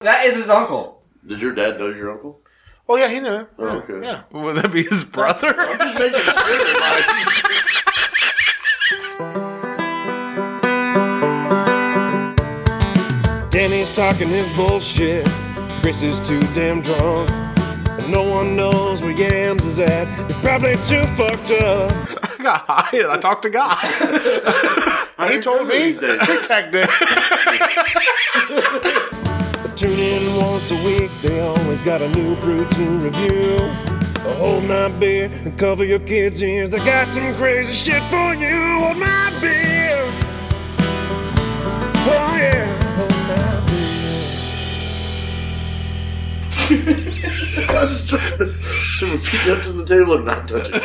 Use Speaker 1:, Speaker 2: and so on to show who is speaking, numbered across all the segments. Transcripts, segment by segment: Speaker 1: That is his uncle.
Speaker 2: Does your dad know your uncle?
Speaker 3: Oh yeah, he knew.
Speaker 2: Oh,
Speaker 3: Yeah,
Speaker 2: okay.
Speaker 3: yeah.
Speaker 4: Would that be his brother?
Speaker 2: I'm just making sure. Like,
Speaker 5: Danny's talking his bullshit. Chris is too damn drunk. And no one knows where Yams is at. He's probably too fucked up.
Speaker 4: I got high and I talked to God.
Speaker 3: He told me.
Speaker 2: these days.
Speaker 3: Tic Tac did.
Speaker 5: Tune in once a week. They always got a new brew to review. So hold my beer and cover your kids' ears. I got some crazy shit for you. Hold my beer. Oh yeah. Hold my beer.
Speaker 2: I was trying to should we feet up to the table and not touch it.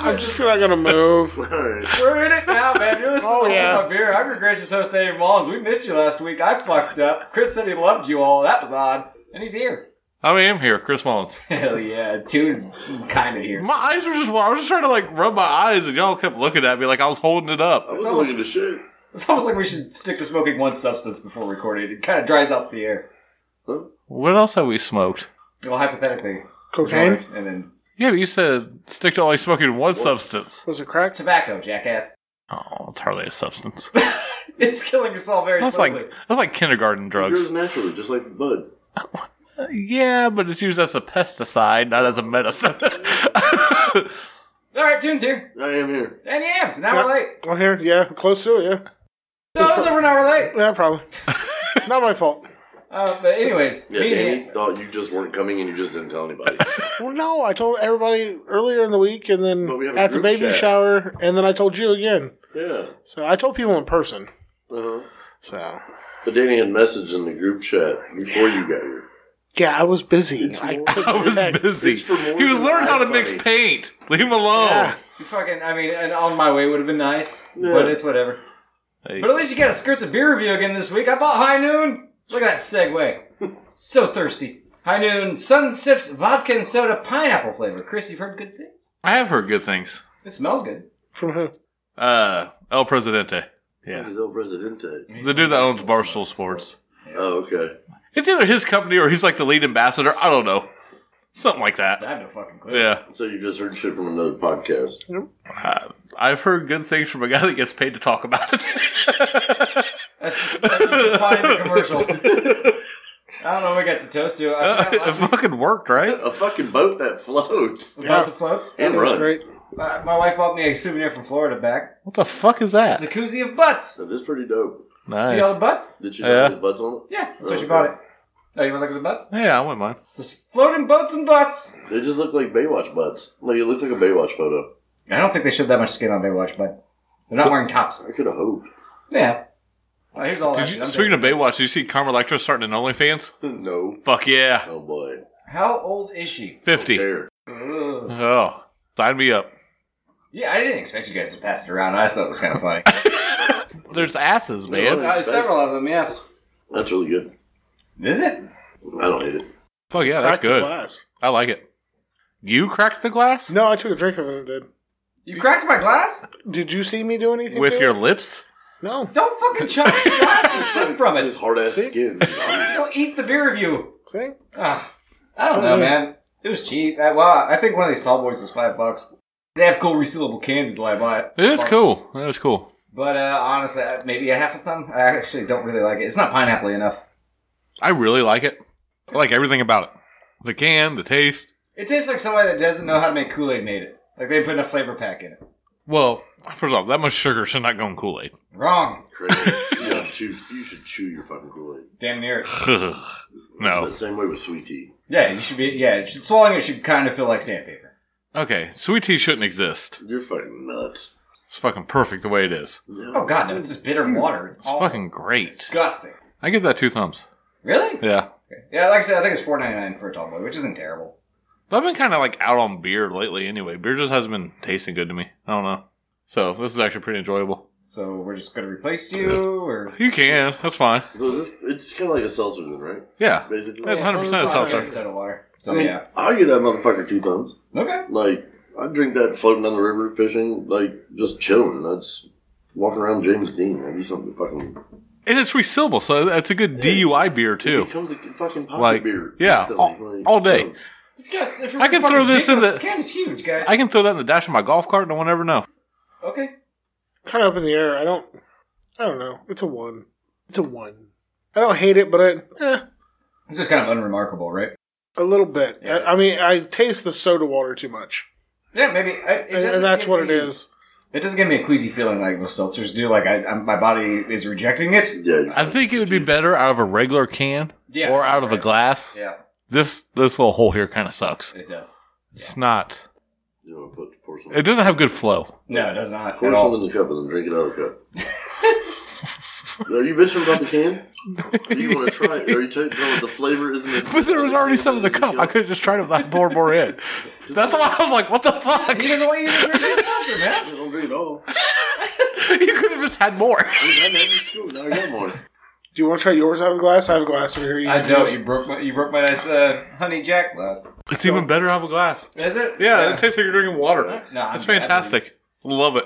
Speaker 3: I'm just not gonna move.
Speaker 2: All right.
Speaker 1: We're in it now, man. You're listening
Speaker 3: Oh,
Speaker 1: to
Speaker 3: yeah.
Speaker 1: my beer. I'm your gracious host, David Mullins. We missed you last week. I fucked up. Chris said he loved you all. That was odd. And he's here.
Speaker 4: I am here, Chris Mullins.
Speaker 1: Hell yeah. Tune's kind of here.
Speaker 4: My eyes were just, I was just trying to like rub my eyes and y'all kept looking at me like I was holding it
Speaker 2: I
Speaker 4: up.
Speaker 2: was
Speaker 1: almost-
Speaker 2: looking to shit.
Speaker 1: It's almost like we should stick to smoking one substance before recording. It kind of dries out the air.
Speaker 2: Huh?
Speaker 4: What else have we smoked?
Speaker 1: Well, hypothetically.
Speaker 3: Cocaine
Speaker 1: And then
Speaker 4: Yeah, but you said stick to only smoking one substance.
Speaker 3: was it crack?
Speaker 1: tobacco, jackass.
Speaker 4: Oh, it's hardly a substance.
Speaker 1: It's killing us all very
Speaker 4: That's
Speaker 1: slowly.
Speaker 4: like that's like kindergarten drugs.
Speaker 2: Grows naturally, just like bud.
Speaker 4: Yeah, but it's used as a pesticide, not as a medicine.
Speaker 1: All right, Tune's here.
Speaker 2: I am here.
Speaker 1: And Yams, an hour
Speaker 3: Yeah.
Speaker 1: late.
Speaker 3: On here? Oh, Yeah, close to it. Yeah,
Speaker 1: No, it was over an hour late.
Speaker 3: yeah, probably. not my fault.
Speaker 1: Uh, but anyways,
Speaker 2: Yeah,
Speaker 1: me and
Speaker 2: Danny
Speaker 1: Yams-
Speaker 2: thought you just weren't coming and you just didn't tell anybody.
Speaker 3: Well, no, I told everybody earlier in the week, and then
Speaker 2: But we have a
Speaker 3: at the
Speaker 2: group
Speaker 3: baby
Speaker 2: chat.
Speaker 3: shower, and then I told you again.
Speaker 2: yeah.
Speaker 3: So I told people in person.
Speaker 2: Uh-huh.
Speaker 3: So
Speaker 2: But Danny had messaged in the group chat before you got here.
Speaker 3: yeah, I was busy. I, couldn't
Speaker 4: I was
Speaker 3: text.
Speaker 4: busy.
Speaker 2: It's for more
Speaker 4: He was
Speaker 2: than
Speaker 4: learning how to
Speaker 2: eye
Speaker 4: mix
Speaker 2: funny.
Speaker 4: paint. Leave him alone.
Speaker 3: Yeah.
Speaker 1: You fucking, I mean, and on my way would have been nice,
Speaker 2: Yeah.
Speaker 1: but it's whatever.
Speaker 4: Hey.
Speaker 1: But at least you got to skirt the beer review again this week. I bought High Noon. Look at that segue. so thirsty. High Noon Sun Sips Vodka and Soda Pineapple Flavor. Chris, you've heard good things.
Speaker 4: I have heard good things.
Speaker 1: It smells good.
Speaker 3: From who?
Speaker 4: Uh, El Presidente. Yeah.
Speaker 2: He's El Presidente.
Speaker 4: The dude that owns Barstool Sports.
Speaker 2: Oh, okay.
Speaker 4: It's either his company or he's like the lead ambassador. I don't know. Something like
Speaker 1: I
Speaker 4: that.
Speaker 1: have no fucking clue.
Speaker 4: Yeah.
Speaker 2: So you just heard shit from another podcast.
Speaker 4: Uh, I've heard good things from a guy that gets paid to talk about it.
Speaker 1: That's just that's just fine in the commercial. I don't know what we got to toast to. I forgot
Speaker 4: it
Speaker 1: last week
Speaker 4: fucking worked, right?
Speaker 2: A fucking boat that floats
Speaker 1: about
Speaker 3: Yeah.
Speaker 1: the floats.
Speaker 2: and
Speaker 3: That was
Speaker 2: runs.
Speaker 3: great.
Speaker 1: My, my wife bought me a souvenir from Florida back.
Speaker 4: What the fuck is
Speaker 1: It's a
Speaker 4: that?
Speaker 1: koozie of butts.
Speaker 2: That is pretty dope.
Speaker 1: See all
Speaker 4: Nice.
Speaker 1: the butts?
Speaker 2: Did you
Speaker 4: Yeah.
Speaker 2: have the butts on it?
Speaker 1: Yeah, that's why she
Speaker 2: Okay.
Speaker 1: bought it. Oh, you want to look at the butts?
Speaker 4: Yeah, I wouldn't mind.
Speaker 1: It's just floating boats and butts.
Speaker 2: They just look like Baywatch butts. Like it looks like a Baywatch photo.
Speaker 1: I don't think they showed that much skin on Baywatch, but they're not wearing tops.
Speaker 2: I could have hoped.
Speaker 1: Yeah. Well, here's all
Speaker 4: Did
Speaker 1: that shit
Speaker 4: you,
Speaker 1: I'm
Speaker 4: speaking
Speaker 1: doing.
Speaker 4: of Baywatch, did you see Carmen Electra starting an OnlyFans?
Speaker 2: no.
Speaker 4: Fuck yeah.
Speaker 2: Oh boy.
Speaker 1: How old is she?
Speaker 4: 50.
Speaker 2: Hair.
Speaker 1: Ugh.
Speaker 4: Oh, sign me up.
Speaker 1: Yeah, I didn't expect you guys to pass it around. I just thought it was kind of funny.
Speaker 4: There's asses,
Speaker 2: man.
Speaker 4: man.
Speaker 2: No.
Speaker 1: Uh, several of them, yes.
Speaker 2: That's really good.
Speaker 1: Is it?
Speaker 2: I don't hate it.
Speaker 4: Fuck yeah, Oh, that's
Speaker 3: Cracked the
Speaker 4: good.
Speaker 3: glass.
Speaker 4: I like it. You cracked the glass?
Speaker 3: No, I took a drink of it. Did
Speaker 1: You cracked my glass?
Speaker 3: Did you see me do anything
Speaker 4: With
Speaker 3: to
Speaker 4: your
Speaker 3: it?
Speaker 4: lips?
Speaker 3: no?
Speaker 1: Don't fucking chop the glass to sip from
Speaker 2: His
Speaker 1: it.
Speaker 2: hard ass
Speaker 3: See?
Speaker 2: skin.
Speaker 1: Don't eat the beer review.
Speaker 3: See,
Speaker 1: Ah, I don't know, man. It was cheap. I, well, I think one of these tall boys was five bucks. They have cool resealable cans, is why I bought it.
Speaker 4: It is cool. It is cool.
Speaker 1: But uh, honestly, uh, maybe a half a thumb. I actually don't really like it. It's not pineapple enough.
Speaker 4: I really like it. I like everything about it. The can, the taste.
Speaker 1: It tastes like somebody that doesn't know how to make Kool Aid made it. Like they put in a flavor pack in it.
Speaker 4: Well, first off, that much sugar should not go in Kool Aid.
Speaker 1: Wrong.
Speaker 2: Crazy. You, gotta chew, you should chew your fucking Kool Aid.
Speaker 1: Damn near it.
Speaker 4: no.
Speaker 2: The same way with sweet tea.
Speaker 1: Yeah, you should be. Yeah, you should, swallowing it should kind of feel like sandpaper.
Speaker 4: Okay, sweet tea shouldn't exist.
Speaker 2: You're fucking nuts.
Speaker 4: It's fucking perfect the way it is.
Speaker 1: Oh god, no, it's just bitter water. It's,
Speaker 4: It's
Speaker 1: all
Speaker 4: fucking great.
Speaker 1: disgusting.
Speaker 4: I give that two thumbs.
Speaker 1: Really?
Speaker 4: Yeah.
Speaker 1: Yeah, like I said, I think it's four ninety nine for a tall boy, which isn't terrible.
Speaker 4: But I've been kind of like out on beer lately anyway. Beer just hasn't been tasting good to me. I don't know. So this is actually pretty enjoyable.
Speaker 1: So we're just gonna replace you, or
Speaker 4: You can. That's fine.
Speaker 2: So is this, it's kind of like a seltzer then, right?
Speaker 4: Yeah.
Speaker 2: Basically.
Speaker 4: That's 100% a seltzer.
Speaker 1: instead of water. So
Speaker 2: I mean,
Speaker 1: yeah.
Speaker 2: I'll give that motherfucker two thumbs.
Speaker 1: Okay.
Speaker 2: Like, I drink that floating down the river, fishing, like, just chilling. That's walking around James Dean. That'd be something fucking
Speaker 4: and it's resealable, so that's a good DUI beer
Speaker 2: It
Speaker 4: too.
Speaker 2: becomes a fucking pot
Speaker 4: Like,
Speaker 2: beer.
Speaker 4: yeah,
Speaker 2: instantly,
Speaker 4: all- all day.
Speaker 2: boom.
Speaker 1: If you guys- if you're
Speaker 4: I can
Speaker 1: fucking
Speaker 4: throw this in
Speaker 1: jingled,
Speaker 4: the-
Speaker 1: This can is huge, guys.
Speaker 4: I can throw that in the dash of my golf cart, no one ever know.
Speaker 1: okay.
Speaker 3: Kind of up in the air. I don't. I don't know. It's a one. It's a one. I don't hate it, but I, eh,
Speaker 1: It's just kind of unremarkable, right?
Speaker 3: a little bit.
Speaker 1: Yeah.
Speaker 3: I, I mean, I taste the soda water too much,
Speaker 1: Yeah, maybe. I, it
Speaker 3: and,
Speaker 1: doesn't
Speaker 3: and that's
Speaker 1: give
Speaker 3: what it
Speaker 1: me-
Speaker 3: is.
Speaker 1: It doesn't give me a queasy feeling like most seltzers do. Like I, I, my body is rejecting it.
Speaker 2: Yeah.
Speaker 4: I think it would be better out of a regular can
Speaker 1: Yeah,
Speaker 4: or out of a
Speaker 1: right.
Speaker 4: glass.
Speaker 1: Yeah,
Speaker 4: This this little hole here kind of sucks.
Speaker 1: it does.
Speaker 4: It's not.
Speaker 2: You know, put pour some,
Speaker 4: It doesn't have good flow.
Speaker 1: No, it does not
Speaker 2: pour
Speaker 1: at
Speaker 2: some
Speaker 1: all.
Speaker 2: in the cup and then drink it out of the cup. Are you bitching about the can? Do you want to try it? Are you telling no, the flavor isn't as
Speaker 4: But there was already some in the cup. I could have just tried it without pouring more in. That's why I was like, "What the fuck?"
Speaker 1: He doesn't want you to drink this seltzer, man.
Speaker 2: I don't drink it all.
Speaker 4: You could have just had more.
Speaker 2: I mean, I'm having school. Now I got more.
Speaker 3: Do you want to try yours out of a glass? I have a glass over here. You
Speaker 1: I
Speaker 3: can
Speaker 1: don't.
Speaker 3: use-
Speaker 1: You broke my. You broke my nice uh, honey jack glass.
Speaker 4: It's even better out of a glass.
Speaker 1: Is it?
Speaker 4: Yeah, it tastes like you're drinking water.
Speaker 1: No,
Speaker 4: It's
Speaker 1: I'm-
Speaker 4: fantastic. Love it.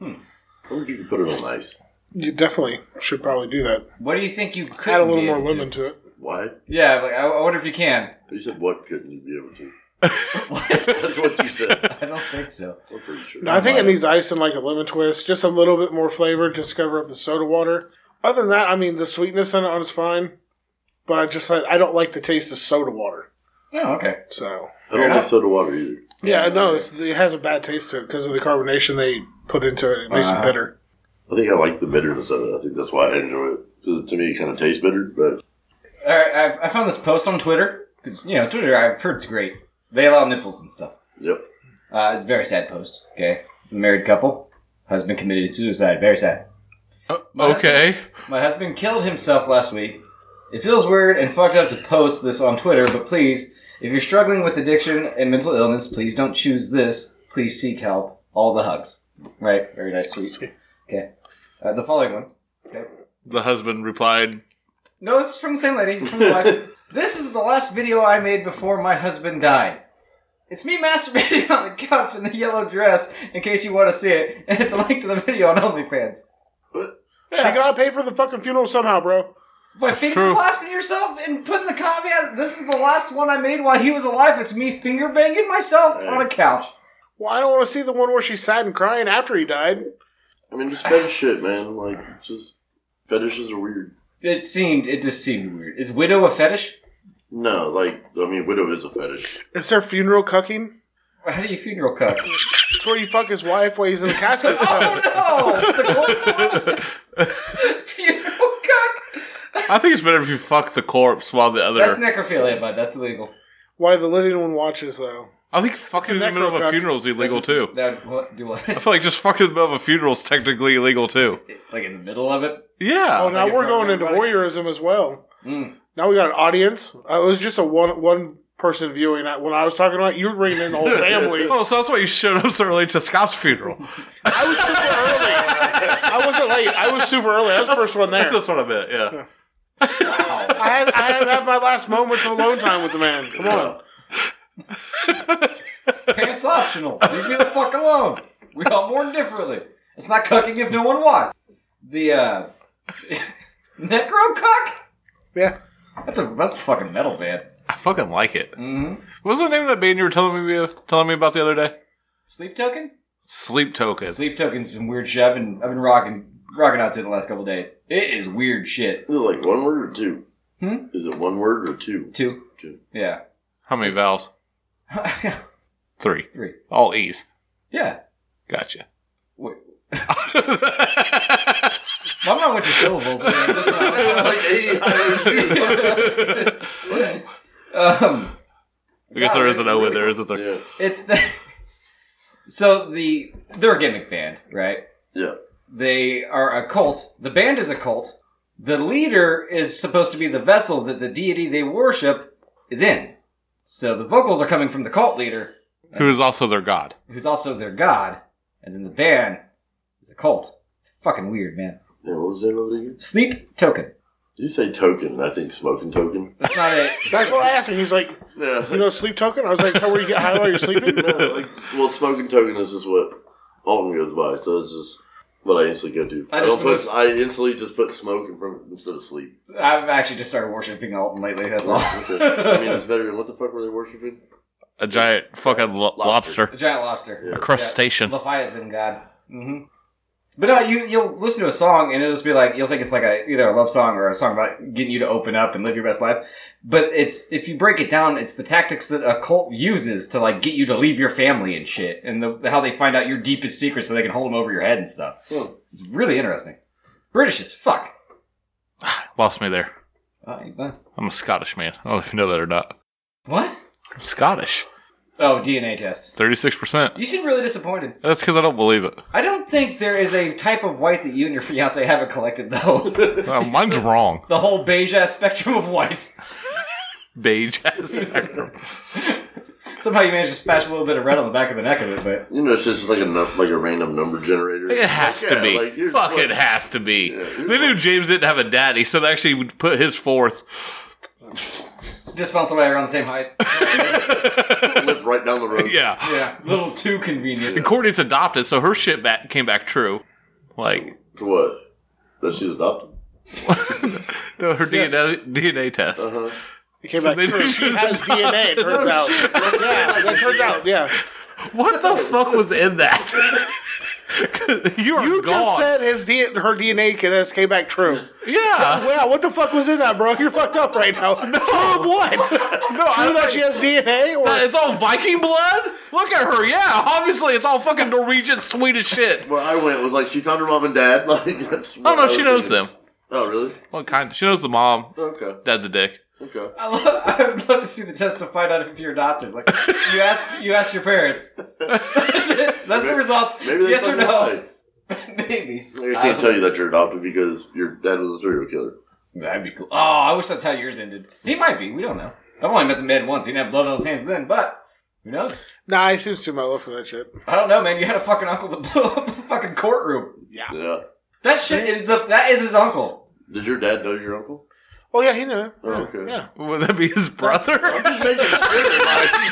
Speaker 2: I think you can put it on ice.
Speaker 3: You definitely should probably do that.
Speaker 1: What do you think you could
Speaker 3: Add a little more lemon to it.
Speaker 2: Why?
Speaker 1: Yeah, like I, I wonder if you can.
Speaker 2: You said what couldn't you be able to? That's what you said.
Speaker 1: I don't think so.
Speaker 2: I'm pretty sure.
Speaker 3: No, I think it needs ice and like a lemon twist, just a little bit more flavor, just to cover up the soda water. Other than that, I mean, the sweetness in it is fine, but I just I, I don't like the taste of soda water.
Speaker 1: Oh, okay.
Speaker 3: So
Speaker 2: I don't like soda water either.
Speaker 3: yeah, no, it's, it has a bad taste to it because of the carbonation they put into it. It makes
Speaker 1: Uh-huh.
Speaker 3: it bitter.
Speaker 2: I think I like the bitterness of it. I think that's why I enjoy it. Because to me, it kind of tastes bitter, but
Speaker 1: All right. I've, I found this post on Twitter because you know Twitter. I've heard it's great. They allow nipples and stuff.
Speaker 2: yep.
Speaker 1: Uh, it's a very sad post. Okay, married couple, husband committed suicide. Very sad.
Speaker 4: Okay.
Speaker 1: Oh, My husband killed himself last week. It feels weird and fucked up to post this on Twitter, but please, if you're struggling with addiction and mental illness, please don't choose this. Please seek help. All the hugs. Right. Very nice, sweet. Okay. Uh, the following one.
Speaker 4: The husband replied,
Speaker 1: No, this is from the same lady. It's from the wife. this is the last video I made before my husband died. It's me masturbating on the couch in the yellow dress, in case you want to see it, and it's a link to the video on OnlyFans.
Speaker 3: She gotta pay for the fucking funeral somehow, bro.
Speaker 1: By finger
Speaker 4: true.
Speaker 1: blasting yourself and putting the caveat, this is the last one I made while he was alive. It's me finger banging myself on a couch.
Speaker 3: Well, I don't want to see the one where she sat and crying after he died.
Speaker 2: I mean, just fetish shit, man. Like, it's just fetishes are weird.
Speaker 1: It seemed, it just seemed weird. Is widow a fetish?
Speaker 2: No, like, I mean, widow is a fetish.
Speaker 3: Is there funeral cucking?
Speaker 1: How do you funeral cook?
Speaker 3: It's where you fuck his wife while he's in the casket.
Speaker 1: oh no! The corpse was- funeral cook.
Speaker 4: "I think it's better if you fuck the corpse while the other."
Speaker 1: That's necrophilia, bud. That's illegal.
Speaker 3: Why the living one watches though?
Speaker 4: I think fucking in the middle of a
Speaker 3: necrofuck.
Speaker 4: funeral is illegal too.
Speaker 1: That would- what, do what?
Speaker 4: I feel like just fucking in the middle of a funeral is technically illegal too.
Speaker 1: like in the middle of it?
Speaker 4: Yeah.
Speaker 3: Oh, now
Speaker 1: you
Speaker 3: we're
Speaker 1: for
Speaker 3: going into
Speaker 1: everybody.
Speaker 3: voyeurism as well.
Speaker 1: Mm.
Speaker 3: Now we got an audience. Uh, it was just a one one person viewing. I- When I was talking about, it, you were bringing in the whole family.
Speaker 4: Oh, so that's why you showed up so early to Scott's funeral.
Speaker 3: I was super early. I wasn't late. I was super early. I was the first one there.
Speaker 4: That's what I meant. Yeah.
Speaker 3: I had, I had to have my last moments of alone time with the man. Come on.
Speaker 1: Pants optional. Leave me the fuck alone. We all mourn differently. It's not cucking if no one watched. The uh Necro cuck?
Speaker 3: Yeah.
Speaker 1: That's a that's a fucking metal band.
Speaker 4: I fucking like it.
Speaker 1: Mm-hmm.
Speaker 4: What was the name of that band you were telling me telling me about the other day?
Speaker 1: Sleep token?
Speaker 4: Sleep Token.
Speaker 1: Sleep token's some weird shit. I've been I've been rocking rocking out to it the last couple days. It is weird shit.
Speaker 2: Is it like one word or two?
Speaker 1: Hmm?
Speaker 2: Is it one word or two?
Speaker 1: Two.
Speaker 2: Two.
Speaker 1: Yeah.
Speaker 4: How many vowels? Three.
Speaker 1: Three.
Speaker 4: All E's.
Speaker 1: Yeah.
Speaker 4: Gotcha.
Speaker 1: Wait. My mom went to syllables. man. That's not-
Speaker 2: like A, I,
Speaker 4: I
Speaker 1: um,
Speaker 4: guess there is an O in there, isn't
Speaker 2: O,
Speaker 4: there?
Speaker 2: D. Yeah.
Speaker 1: it's the so the they're a gimmick band, right?
Speaker 2: Yeah.
Speaker 1: They are a cult. The band is a cult. The leader is supposed to be the vessel that the deity they worship is in. So the vocals are coming from the cult leader,
Speaker 4: Who is also their god.
Speaker 1: who's also their god, and then the band is a cult. It's fucking weird, man.
Speaker 2: Yeah, what was the name of it again?
Speaker 1: Sleep token.
Speaker 2: You say token, I think smoking token.
Speaker 1: That's not it.
Speaker 3: That's what I asked him. He's like,
Speaker 2: Yeah.
Speaker 3: you know, sleep token. I was like, tell where you get high while you're sleeping.
Speaker 2: no, like, well, smoking token is just what Alton goes by, so it's just what I instantly go do.
Speaker 1: I
Speaker 2: I,
Speaker 1: just
Speaker 2: don't put.
Speaker 1: put-
Speaker 2: I instantly just put smoke in front of, instead of sleep.
Speaker 1: I've actually just started worshiping Alton lately. That's all.
Speaker 2: Okay. I mean, it's better than what the fuck were they worshiping?
Speaker 4: A giant fucking lo-
Speaker 2: Lobster.
Speaker 4: lobster.
Speaker 1: A giant lobster.
Speaker 2: Yeah.
Speaker 4: A crustacean.
Speaker 1: Leviathan God. Mm-hmm. But no, you you'll listen to a song and it'll just be like you'll think it's like a either a love song or a song about getting you to open up and live your best life. But it's if you break it down, it's the tactics that a cult uses to like get you to leave your family and shit, and the, how they find out your deepest secrets so they can hold them over your head and stuff.
Speaker 2: Hmm.
Speaker 1: It's really interesting. British as fuck.
Speaker 4: Lost me there.
Speaker 1: Uh, you- uh,
Speaker 4: I'm a Scottish man. I don't know if you know that or not.
Speaker 1: What?
Speaker 4: I'm Scottish.
Speaker 1: Oh, DNA test.
Speaker 4: 36%.
Speaker 1: You seem really disappointed.
Speaker 4: That's because I don't believe it.
Speaker 1: I don't think there is a type of white that you and your fiance haven't collected though.
Speaker 4: Uh, mine's wrong.
Speaker 1: the whole beige ass spectrum of white.
Speaker 4: Beige ass.
Speaker 1: Somehow you managed to smash a little bit of red on the back of the neck of it, but
Speaker 2: You know, it's just like a nu- like a random number generator.
Speaker 4: It has
Speaker 2: Like,
Speaker 4: to
Speaker 2: yeah,
Speaker 4: be.
Speaker 2: like, you're-
Speaker 4: Fuck, it
Speaker 2: what-
Speaker 4: has to be.
Speaker 2: Yeah, you're
Speaker 4: they knew
Speaker 2: fucked.
Speaker 4: James didn't have a daddy, so they actually would put his fourth.
Speaker 1: just found somebody around the same height.
Speaker 2: Live right down the road.
Speaker 4: Yeah.
Speaker 1: yeah, a little too convenient.
Speaker 4: And Courtney's adopted, so her shit back came back true. Like,
Speaker 2: To what? That she's adopted.
Speaker 4: no, her DNA, DNA test.
Speaker 2: Uh-huh.
Speaker 3: It came back.
Speaker 4: They
Speaker 3: true.
Speaker 4: just-
Speaker 3: She has DNA. It turns out. Yeah, that turns out. Yeah.
Speaker 4: What the fuck was in that? you are
Speaker 3: You
Speaker 4: gone.
Speaker 3: just said his D- her DNA test came back true.
Speaker 4: yeah.
Speaker 3: Wow, what the fuck was in that, bro? You're fucked up right now. True of what?
Speaker 4: No, I
Speaker 3: true that
Speaker 4: think-
Speaker 3: she has DNA, or
Speaker 4: Uh, It's all Viking blood? Look at her. Yeah, obviously it's all fucking Norwegian Swedish shit.
Speaker 2: Where I went was like she found her mom and dad. Like that's.
Speaker 4: Oh
Speaker 2: what I
Speaker 4: no,
Speaker 2: was
Speaker 4: she knows
Speaker 2: thinking.
Speaker 4: them.
Speaker 2: Oh really?
Speaker 4: What kind? She knows the mom.
Speaker 2: Okay.
Speaker 4: Dad's a dick.
Speaker 2: Okay.
Speaker 1: I, love, I would love to see the test to find out if you're adopted. Like you asked, you asked your parents. That's it. That's the results.
Speaker 2: Maybe they
Speaker 1: yes or
Speaker 2: fucking
Speaker 1: no?
Speaker 2: lied.
Speaker 1: Maybe. Uh,
Speaker 2: Like, I can't tell you that you're adopted because your dad was a serial killer.
Speaker 1: That'd be cool. Oh, I wish that's how yours ended. He might be. We don't know. I've only met the man once. He didn't have blood on his hands then, but who knows?
Speaker 3: nah, he seems too mellow for that shit.
Speaker 1: I don't know, man. You had a fucking uncle that blew up a fucking courtroom.
Speaker 2: Yeah.
Speaker 1: That shit ends up. That is his uncle.
Speaker 2: Did your dad know your uncle?
Speaker 3: Oh yeah, he knew. it.
Speaker 2: Oh, okay.
Speaker 3: Yeah,
Speaker 4: Would that be his brother?
Speaker 2: Just making sure. Like,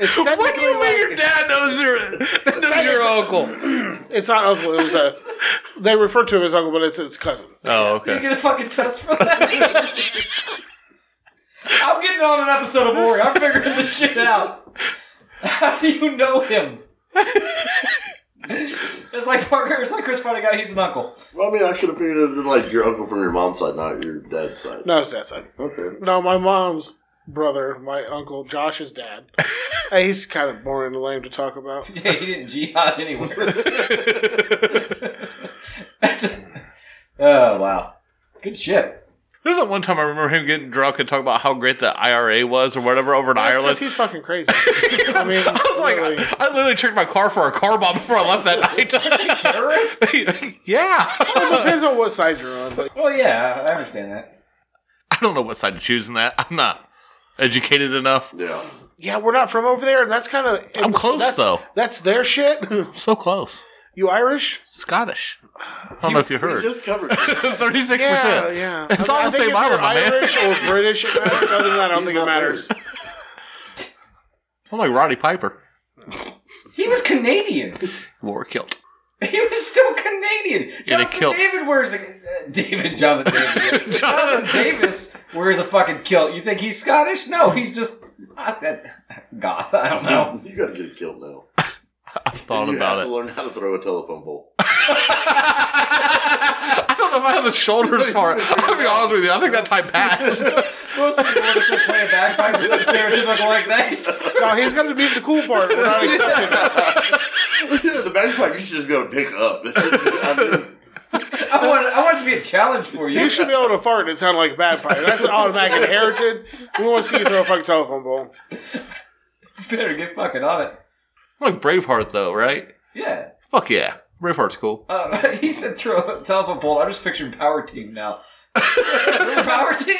Speaker 3: it's
Speaker 4: What do
Speaker 3: technically
Speaker 4: you mean
Speaker 3: like-
Speaker 4: your dad knows your knows your uncle?
Speaker 3: It's not uncle. It was a. They refer to him as uncle, but it's his cousin.
Speaker 4: Oh,
Speaker 1: You
Speaker 4: okay.
Speaker 1: get a fucking test for that. I'm getting on an episode of Warrior. I'm figuring this shit out. How do you know him? it's like Parker. It's like Chris finding out he's an uncle.
Speaker 2: well, I mean, I should have figured it like your uncle from your mom's side, not your dad's side.
Speaker 3: No, it's dad's side.
Speaker 2: Okay.
Speaker 3: No, my mom's brother, my uncle Josh's dad. Hey, he's kind of boring and lame to talk about.
Speaker 1: Yeah, he didn't jihad anywhere. That's a, oh wow, good shit.
Speaker 4: There's that one time I remember him getting drunk and talking about how great the IRA was or whatever over in
Speaker 3: That's 'cause
Speaker 4: Ireland.
Speaker 3: he's fucking crazy. I mean,
Speaker 4: I was like,
Speaker 3: literally.
Speaker 4: I, I literally checked my car for a car bomb before I left that
Speaker 1: Terrorist?
Speaker 4: night. yeah.
Speaker 3: it depends on what side you're on. But
Speaker 1: Well, yeah, I understand that.
Speaker 4: I don't know what side to choose in that. I'm not educated enough.
Speaker 2: Yeah.
Speaker 3: yeah, we're not from over there, and that's kind of.
Speaker 4: I'm close,
Speaker 3: that's-
Speaker 4: though.
Speaker 3: That's their shit.
Speaker 4: So close.
Speaker 3: you Irish?
Speaker 4: Scottish. I don't know if you
Speaker 2: We
Speaker 4: heard.
Speaker 2: just covered. It.
Speaker 4: 36%.
Speaker 3: Yeah, yeah.
Speaker 4: It's all
Speaker 3: I
Speaker 4: the
Speaker 3: think
Speaker 4: same
Speaker 3: if you're
Speaker 4: island, my man.
Speaker 3: Irish or British. It matters. Other than that, I don't
Speaker 2: He's
Speaker 3: think it
Speaker 2: not
Speaker 3: matters.
Speaker 2: there.
Speaker 4: I'm like Roddy Piper.
Speaker 1: He was Canadian.
Speaker 4: War kilt.
Speaker 1: He was still Canadian. Jonathan
Speaker 4: kilt.
Speaker 1: David wears a uh, David Jonathan David.
Speaker 4: Jonathan.
Speaker 1: Jonathan Davis wears a fucking kilt. You think he's Scottish? No, he's just uh, that- that's goth. I don't know.
Speaker 2: You gotta get killed now.
Speaker 4: I've thought
Speaker 2: you
Speaker 4: about
Speaker 2: have to
Speaker 4: it.
Speaker 2: learn how to throw a telephone pole.
Speaker 4: I don't know if I have the shoulders for it. I'm gonna be honest with you. I think that time passed.
Speaker 1: Most people want to say play a bagpipe or something stereotypical like that.
Speaker 3: No, he's going to be the cool part. We're not accepting that.
Speaker 2: the bagpipe, you should just go to pick up. I mean,
Speaker 1: I want it, I want it to be a challenge for you.
Speaker 3: You should be able to fart and sound like a bagpipe. That's automatic inherited. We want to see you throw a fucking telephone pole.
Speaker 1: better get fucking on it.
Speaker 4: I'm like Braveheart, though, right?
Speaker 1: Yeah.
Speaker 4: Fuck yeah. Braveheart's cool.
Speaker 1: Uh, he said throw a telephone pole. I'm just picturing Power Team now. Remember Power Team?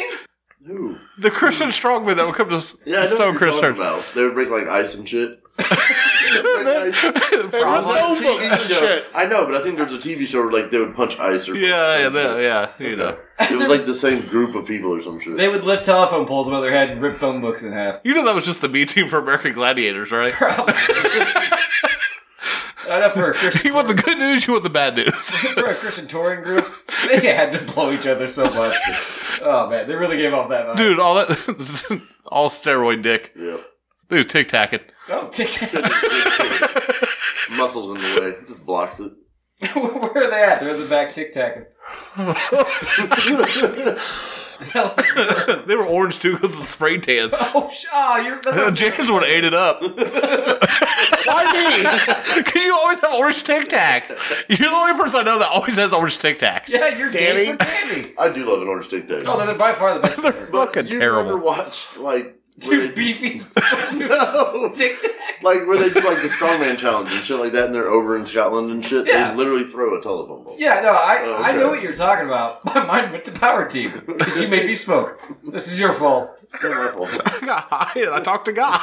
Speaker 2: who?
Speaker 4: The Christian strongman that would come to s-
Speaker 2: Yeah, I know
Speaker 4: Stone
Speaker 2: what you're talking
Speaker 4: Christian.
Speaker 2: about. They would break like ice and shit. Break ice.
Speaker 3: There's
Speaker 4: Probably.
Speaker 3: no
Speaker 2: There's a TV
Speaker 3: books and
Speaker 2: show-
Speaker 3: shit.
Speaker 2: I know, but I think there's a TV show where like they would punch ice or
Speaker 4: Yeah, yeah,
Speaker 2: some
Speaker 4: that-
Speaker 2: shit.
Speaker 4: yeah. You know.
Speaker 2: It was like the same group of people or some shit.
Speaker 1: They would lift telephone poles above their head and rip phone books in half.
Speaker 4: You know that was just the B team for American Gladiators, right?
Speaker 1: Probably. I know for a Christian,
Speaker 4: You want the good news, you want the bad news.
Speaker 1: for a Christian touring group, they had to blow each other so much. Oh man, they really gave off that vibe.
Speaker 4: Dude, all that, all steroid dick.
Speaker 2: Yeah.
Speaker 4: Dude, tic tacking.
Speaker 1: Oh, tic-
Speaker 2: Muscles in the way. It Just blocks it.
Speaker 1: Where are they at? They're in the back tic tacking.
Speaker 4: they were orange too because of the spray tan.
Speaker 1: Oh, sh- oh, you're. That's what-
Speaker 4: James would have ate it up. Why me? Because you always have orange Tic Tacs. You're the only person I know that always has orange Tic Tacs.
Speaker 1: yeah, you're Danny.
Speaker 3: Danny?
Speaker 1: Game for candy.
Speaker 2: I do love an orange steak day.
Speaker 1: Oh, they're by far the best.
Speaker 4: They're fucking
Speaker 2: you
Speaker 4: terrible.
Speaker 2: Ever watched like where
Speaker 1: Two
Speaker 2: they- Oh.
Speaker 1: beefy
Speaker 2: No.
Speaker 1: tic tac.
Speaker 2: like where they do like the strongman challenge and shit like that, and they're over in Scotland and shit.
Speaker 1: Yeah.
Speaker 2: They literally throw a telephone pole.
Speaker 1: Yeah, no, I,
Speaker 2: Oh,
Speaker 1: I
Speaker 2: okay.
Speaker 1: know what you're talking about. My mind went to Power Team because you made me smoke. This is your fault.
Speaker 2: Not my fault.
Speaker 4: I got high and I talked to God.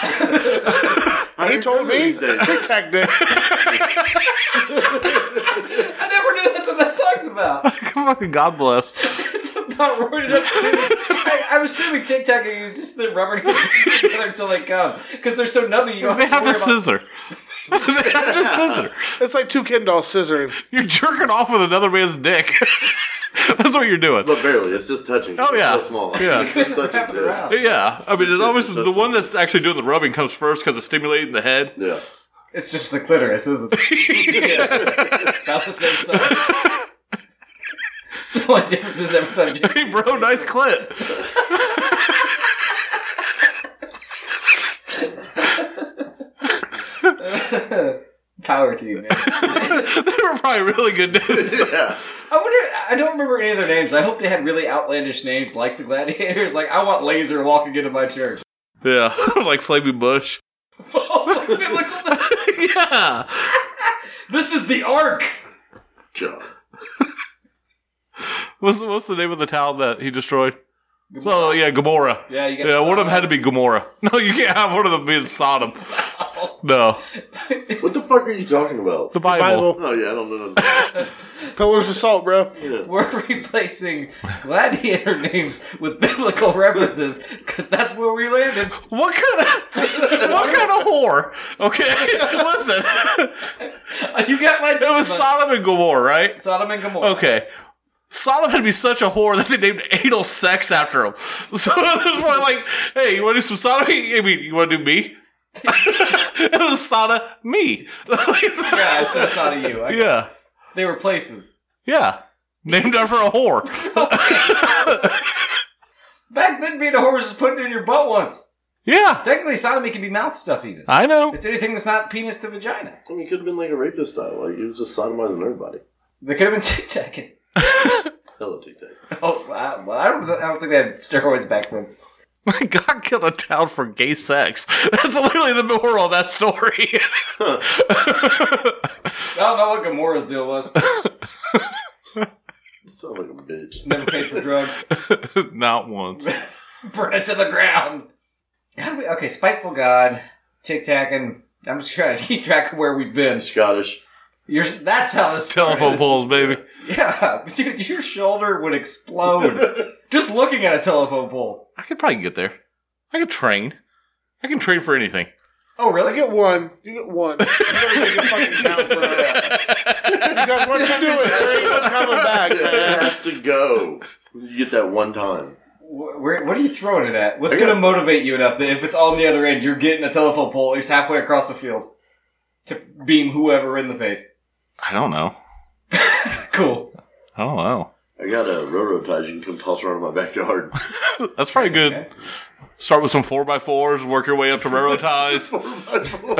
Speaker 3: He told me
Speaker 2: These days.
Speaker 3: tic tac dick.
Speaker 1: I never knew that's what that song's about.
Speaker 4: fucking God bless.
Speaker 1: It's about roided up dudes. I, I'm assuming Tic Tac is just the rubber things together until they come because they're so nubby. You don't
Speaker 4: They have
Speaker 1: to
Speaker 4: to
Speaker 1: worry about-
Speaker 4: scissor. they have to scissor.
Speaker 3: It's like two Ken dolls scissoring.
Speaker 4: You're jerking off with another man's dick. That's what you're doing.
Speaker 2: But barely, it's just touching.
Speaker 4: Oh,
Speaker 2: It's
Speaker 4: yeah.
Speaker 2: so small.
Speaker 4: Yeah.
Speaker 2: It's just touching,
Speaker 1: Wrap it
Speaker 2: yeah.
Speaker 1: around.
Speaker 4: Yeah, I mean, it's always
Speaker 2: That's-
Speaker 4: the one that's actually doing the rubbing comes first because it's stimulating the head.
Speaker 2: Yeah.
Speaker 1: It's just the clitoris, isn't it? yeah. About the same size. The one difference is every time you
Speaker 4: Hey, bro, nice clit.
Speaker 1: power team, man.
Speaker 4: they were probably really good dudes.
Speaker 2: yeah.
Speaker 1: I wonder. I don't remember any of their names. I hope they had really outlandish names like the Gladiators. Like I want Laser walking into my church.
Speaker 4: Yeah, like Flaming Bush.
Speaker 1: Oh, biblical name.
Speaker 4: yeah.
Speaker 1: this is the Ark.
Speaker 2: John.
Speaker 4: What's the, what's the name of the town that he destroyed? So yeah, Gomorrah.
Speaker 1: Yeah, you got
Speaker 4: Yeah, one of them
Speaker 1: Sodom.
Speaker 4: had to be Gomorrah. No, you can't have one of them being Sodom. No,
Speaker 2: What the fuck are you talking about?
Speaker 4: the Bible.
Speaker 3: Bible.
Speaker 2: Oh yeah, I don't know. nothing
Speaker 3: Pillars of salt, bro.
Speaker 2: about it.
Speaker 1: We're replacing gladiator names with biblical references because that's where we landed.
Speaker 4: What kind of what kind of whore? Okay, listen,
Speaker 1: Uh, You got my
Speaker 4: it was Sodom and Gomorrah, right?
Speaker 1: Sodom and Gomorrah.
Speaker 4: Okay. Sodom had to be such a whore that they named anal sex after him. So it was probably like, hey, you want to do some sodomy? I mean, you want to do me? it was soda me.
Speaker 1: Yeah, it's not Sodom you. I-
Speaker 4: yeah.
Speaker 1: They were places.
Speaker 4: Yeah. Named after a whore.
Speaker 1: Back then, being a whore was just putting it in your butt once.
Speaker 4: Yeah.
Speaker 1: Technically, sodomy can be mouth stuff even.
Speaker 4: I know.
Speaker 1: It's anything that's not penis to vagina.
Speaker 2: I mean, it could have been like a rapist style. Like he was just sodomizing everybody.
Speaker 1: They could have been tic tacking.
Speaker 2: Hello, Tic Tac.
Speaker 1: Oh, I, well, I don't, I don't think they had steroids back then.
Speaker 4: God killed a town for gay sex. That's literally the moral of that story.
Speaker 1: I don't know what Gomorrah's deal was.
Speaker 2: Sound like a bitch.
Speaker 1: Never paid for drugs.
Speaker 4: Not once.
Speaker 1: burn it to the ground. How do we? Okay, spiteful god, tic tacking. I'm just trying to keep track of where we've been.
Speaker 2: Scottish.
Speaker 1: You're, that's how this
Speaker 4: Telephone
Speaker 1: started.
Speaker 4: poles, baby.
Speaker 1: Yeah, dude, your shoulder would explode just looking at a telephone pole.
Speaker 4: I could probably get there. I could train. I can train for anything.
Speaker 1: Oh,
Speaker 3: I
Speaker 1: really?
Speaker 3: get one. You get one. You better make a fucking count, bro. You guys, what you doing? There ain't no coming back,
Speaker 2: It
Speaker 3: man.
Speaker 2: has to go. You get that one time.
Speaker 1: Wh- Where, what are you throwing it at? What's
Speaker 2: I
Speaker 1: going to
Speaker 2: got-
Speaker 1: motivate you enough that if it's on the other end, you're getting a telephone pole at least halfway across the field to beam whoever in the face?
Speaker 4: I don't know.
Speaker 1: Cool.
Speaker 4: I don't know.
Speaker 2: I got a railroad tie you can come toss around in my backyard.
Speaker 4: That's probably good.
Speaker 1: Okay.
Speaker 4: Start with some four by fours, work your way up to railroad ties.
Speaker 1: I feel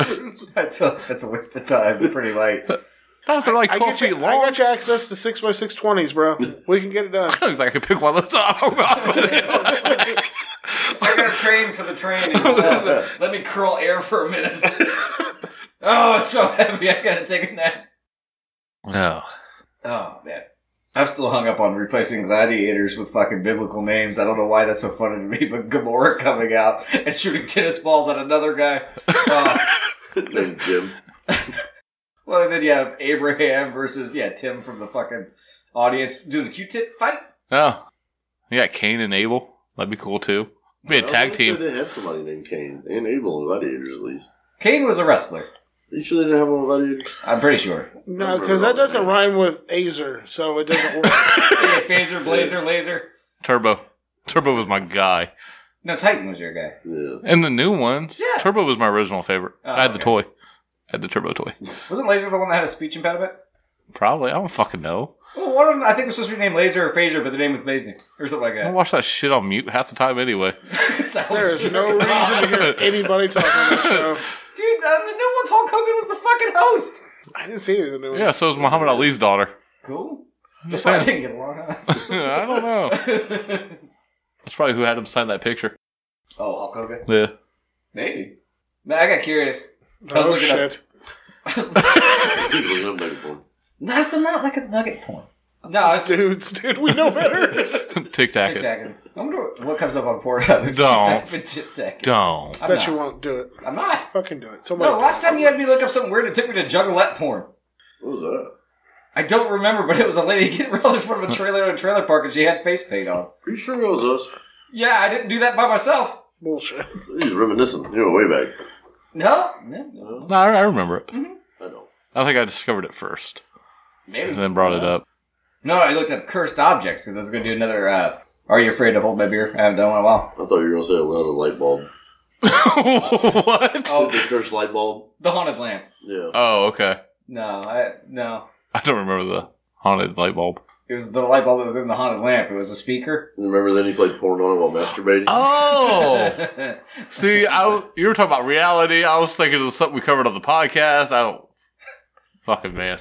Speaker 1: like that's a waste of time. Pretty late.
Speaker 4: Those are like
Speaker 3: I
Speaker 4: twelve
Speaker 3: get,
Speaker 4: feet
Speaker 3: you, I
Speaker 4: long. I,
Speaker 3: got you access to 6x620s, bro. We can get it done.
Speaker 4: don't think I could pick one of those up.
Speaker 1: I gotta train for the train. and, uh, let me curl air for a minute. oh, it's so heavy. I gotta take a nap.
Speaker 4: no.
Speaker 1: Oh man, I'm still hung up on replacing gladiators with fucking biblical names. I don't know why that's so funny to me, but Gamora coming out and shooting tennis balls at another guy. Uh,
Speaker 2: Named Jim.
Speaker 1: well, and then you have Abraham versus yeah Tim from the fucking audience doing the Q-tip fight.
Speaker 4: Oh. You got Cain and Abel. That'd be cool too. Be a
Speaker 2: I was
Speaker 1: Oh,
Speaker 4: tag
Speaker 2: gonna say
Speaker 4: team.
Speaker 2: They had somebody named Cain and Abel and Gladiators at least.
Speaker 1: Cain was a wrestler.
Speaker 2: Are you sure they didn't have one without you?
Speaker 1: I'm pretty sure.
Speaker 3: No, because that doesn't rhyme with Azer, so it doesn't work.
Speaker 1: Yeah, phaser, blazer, laser.
Speaker 4: Turbo. Turbo was my guy.
Speaker 1: No, Titan was your guy.
Speaker 2: Yeah.
Speaker 4: And the new ones.
Speaker 1: Yeah.
Speaker 4: Turbo was my original favorite.
Speaker 1: Oh,
Speaker 4: I had the
Speaker 1: okay.
Speaker 4: toy. I had the Turbo toy.
Speaker 1: Wasn't Laser the one that had a speech impediment?
Speaker 4: Probably. I don't fucking know.
Speaker 1: Well, one of them I think was supposed to be named Laser or Phaser, but the name was Laser or something like
Speaker 4: I
Speaker 1: that.
Speaker 4: watch that shit on mute half the time anyway.
Speaker 1: So I was-
Speaker 3: there is no reason to hear anybody talking on this show.
Speaker 1: dude. Uh, the new one's Hulk Hogan was the fucking host.
Speaker 3: I didn't see any of the new ones.
Speaker 4: Yeah, so is Muhammad Ali's daughter.
Speaker 1: Cool.
Speaker 4: Just
Speaker 1: Well, I
Speaker 4: saying.
Speaker 1: didn't get along.
Speaker 4: I don't know.
Speaker 1: Huh?
Speaker 4: That's probably who had him sign that picture.
Speaker 1: oh, Hulk Hogan.
Speaker 4: Yeah.
Speaker 1: Maybe. No, I got curious. I was
Speaker 3: Oh
Speaker 1: looking up-
Speaker 3: shit!
Speaker 1: I was like,
Speaker 2: Usually I'm like, well,
Speaker 1: not, but not like a nugget point. No, it's
Speaker 3: Dudes, dude, we know better.
Speaker 4: Tic Tac.
Speaker 1: tic
Speaker 4: it.
Speaker 1: tacking. I wonder what comes up on Pornhub if you
Speaker 4: Don't.
Speaker 1: type in tic tac.
Speaker 4: Don't.
Speaker 1: I'm
Speaker 3: Bet you
Speaker 1: not.
Speaker 3: won't do it.
Speaker 1: I'm not.
Speaker 3: Fucking do it. Somebody.
Speaker 1: No, last time you had me look up something weird, it took me to Juggalette porn.
Speaker 2: what was that?
Speaker 1: I don't remember, but it was a lady getting rolled in front of a trailer at a trailer park, and she had face paint on.
Speaker 2: Pretty sure that was us.
Speaker 1: Yeah, I didn't do that by myself.
Speaker 3: bullshit.
Speaker 2: He's reminiscing. You know, way back.
Speaker 1: No, no, no.
Speaker 4: No, I I remember it.
Speaker 2: I know.
Speaker 4: I think I discovered it first
Speaker 1: maybe.
Speaker 4: and then brought it up.
Speaker 1: No, I looked up cursed objects because I was going to do another. Uh, Are you afraid to hold my beer? I haven't done one in a while.
Speaker 2: I thought you were gonna say another light bulb.
Speaker 4: what?
Speaker 2: Oh,
Speaker 1: Oh,
Speaker 2: the cursed light bulb.
Speaker 1: the haunted lamp.
Speaker 2: Yeah.
Speaker 4: Oh, okay.
Speaker 1: No, I no.
Speaker 4: I don't remember the haunted light bulb.
Speaker 1: It was the light bulb that was in the haunted lamp. It was a speaker.
Speaker 2: Remember then he played porn on it while masturbating.
Speaker 4: Oh,
Speaker 1: I
Speaker 4: see, I w- you were talking about reality. I was thinking it was something we covered on the podcast. I don't fucking man.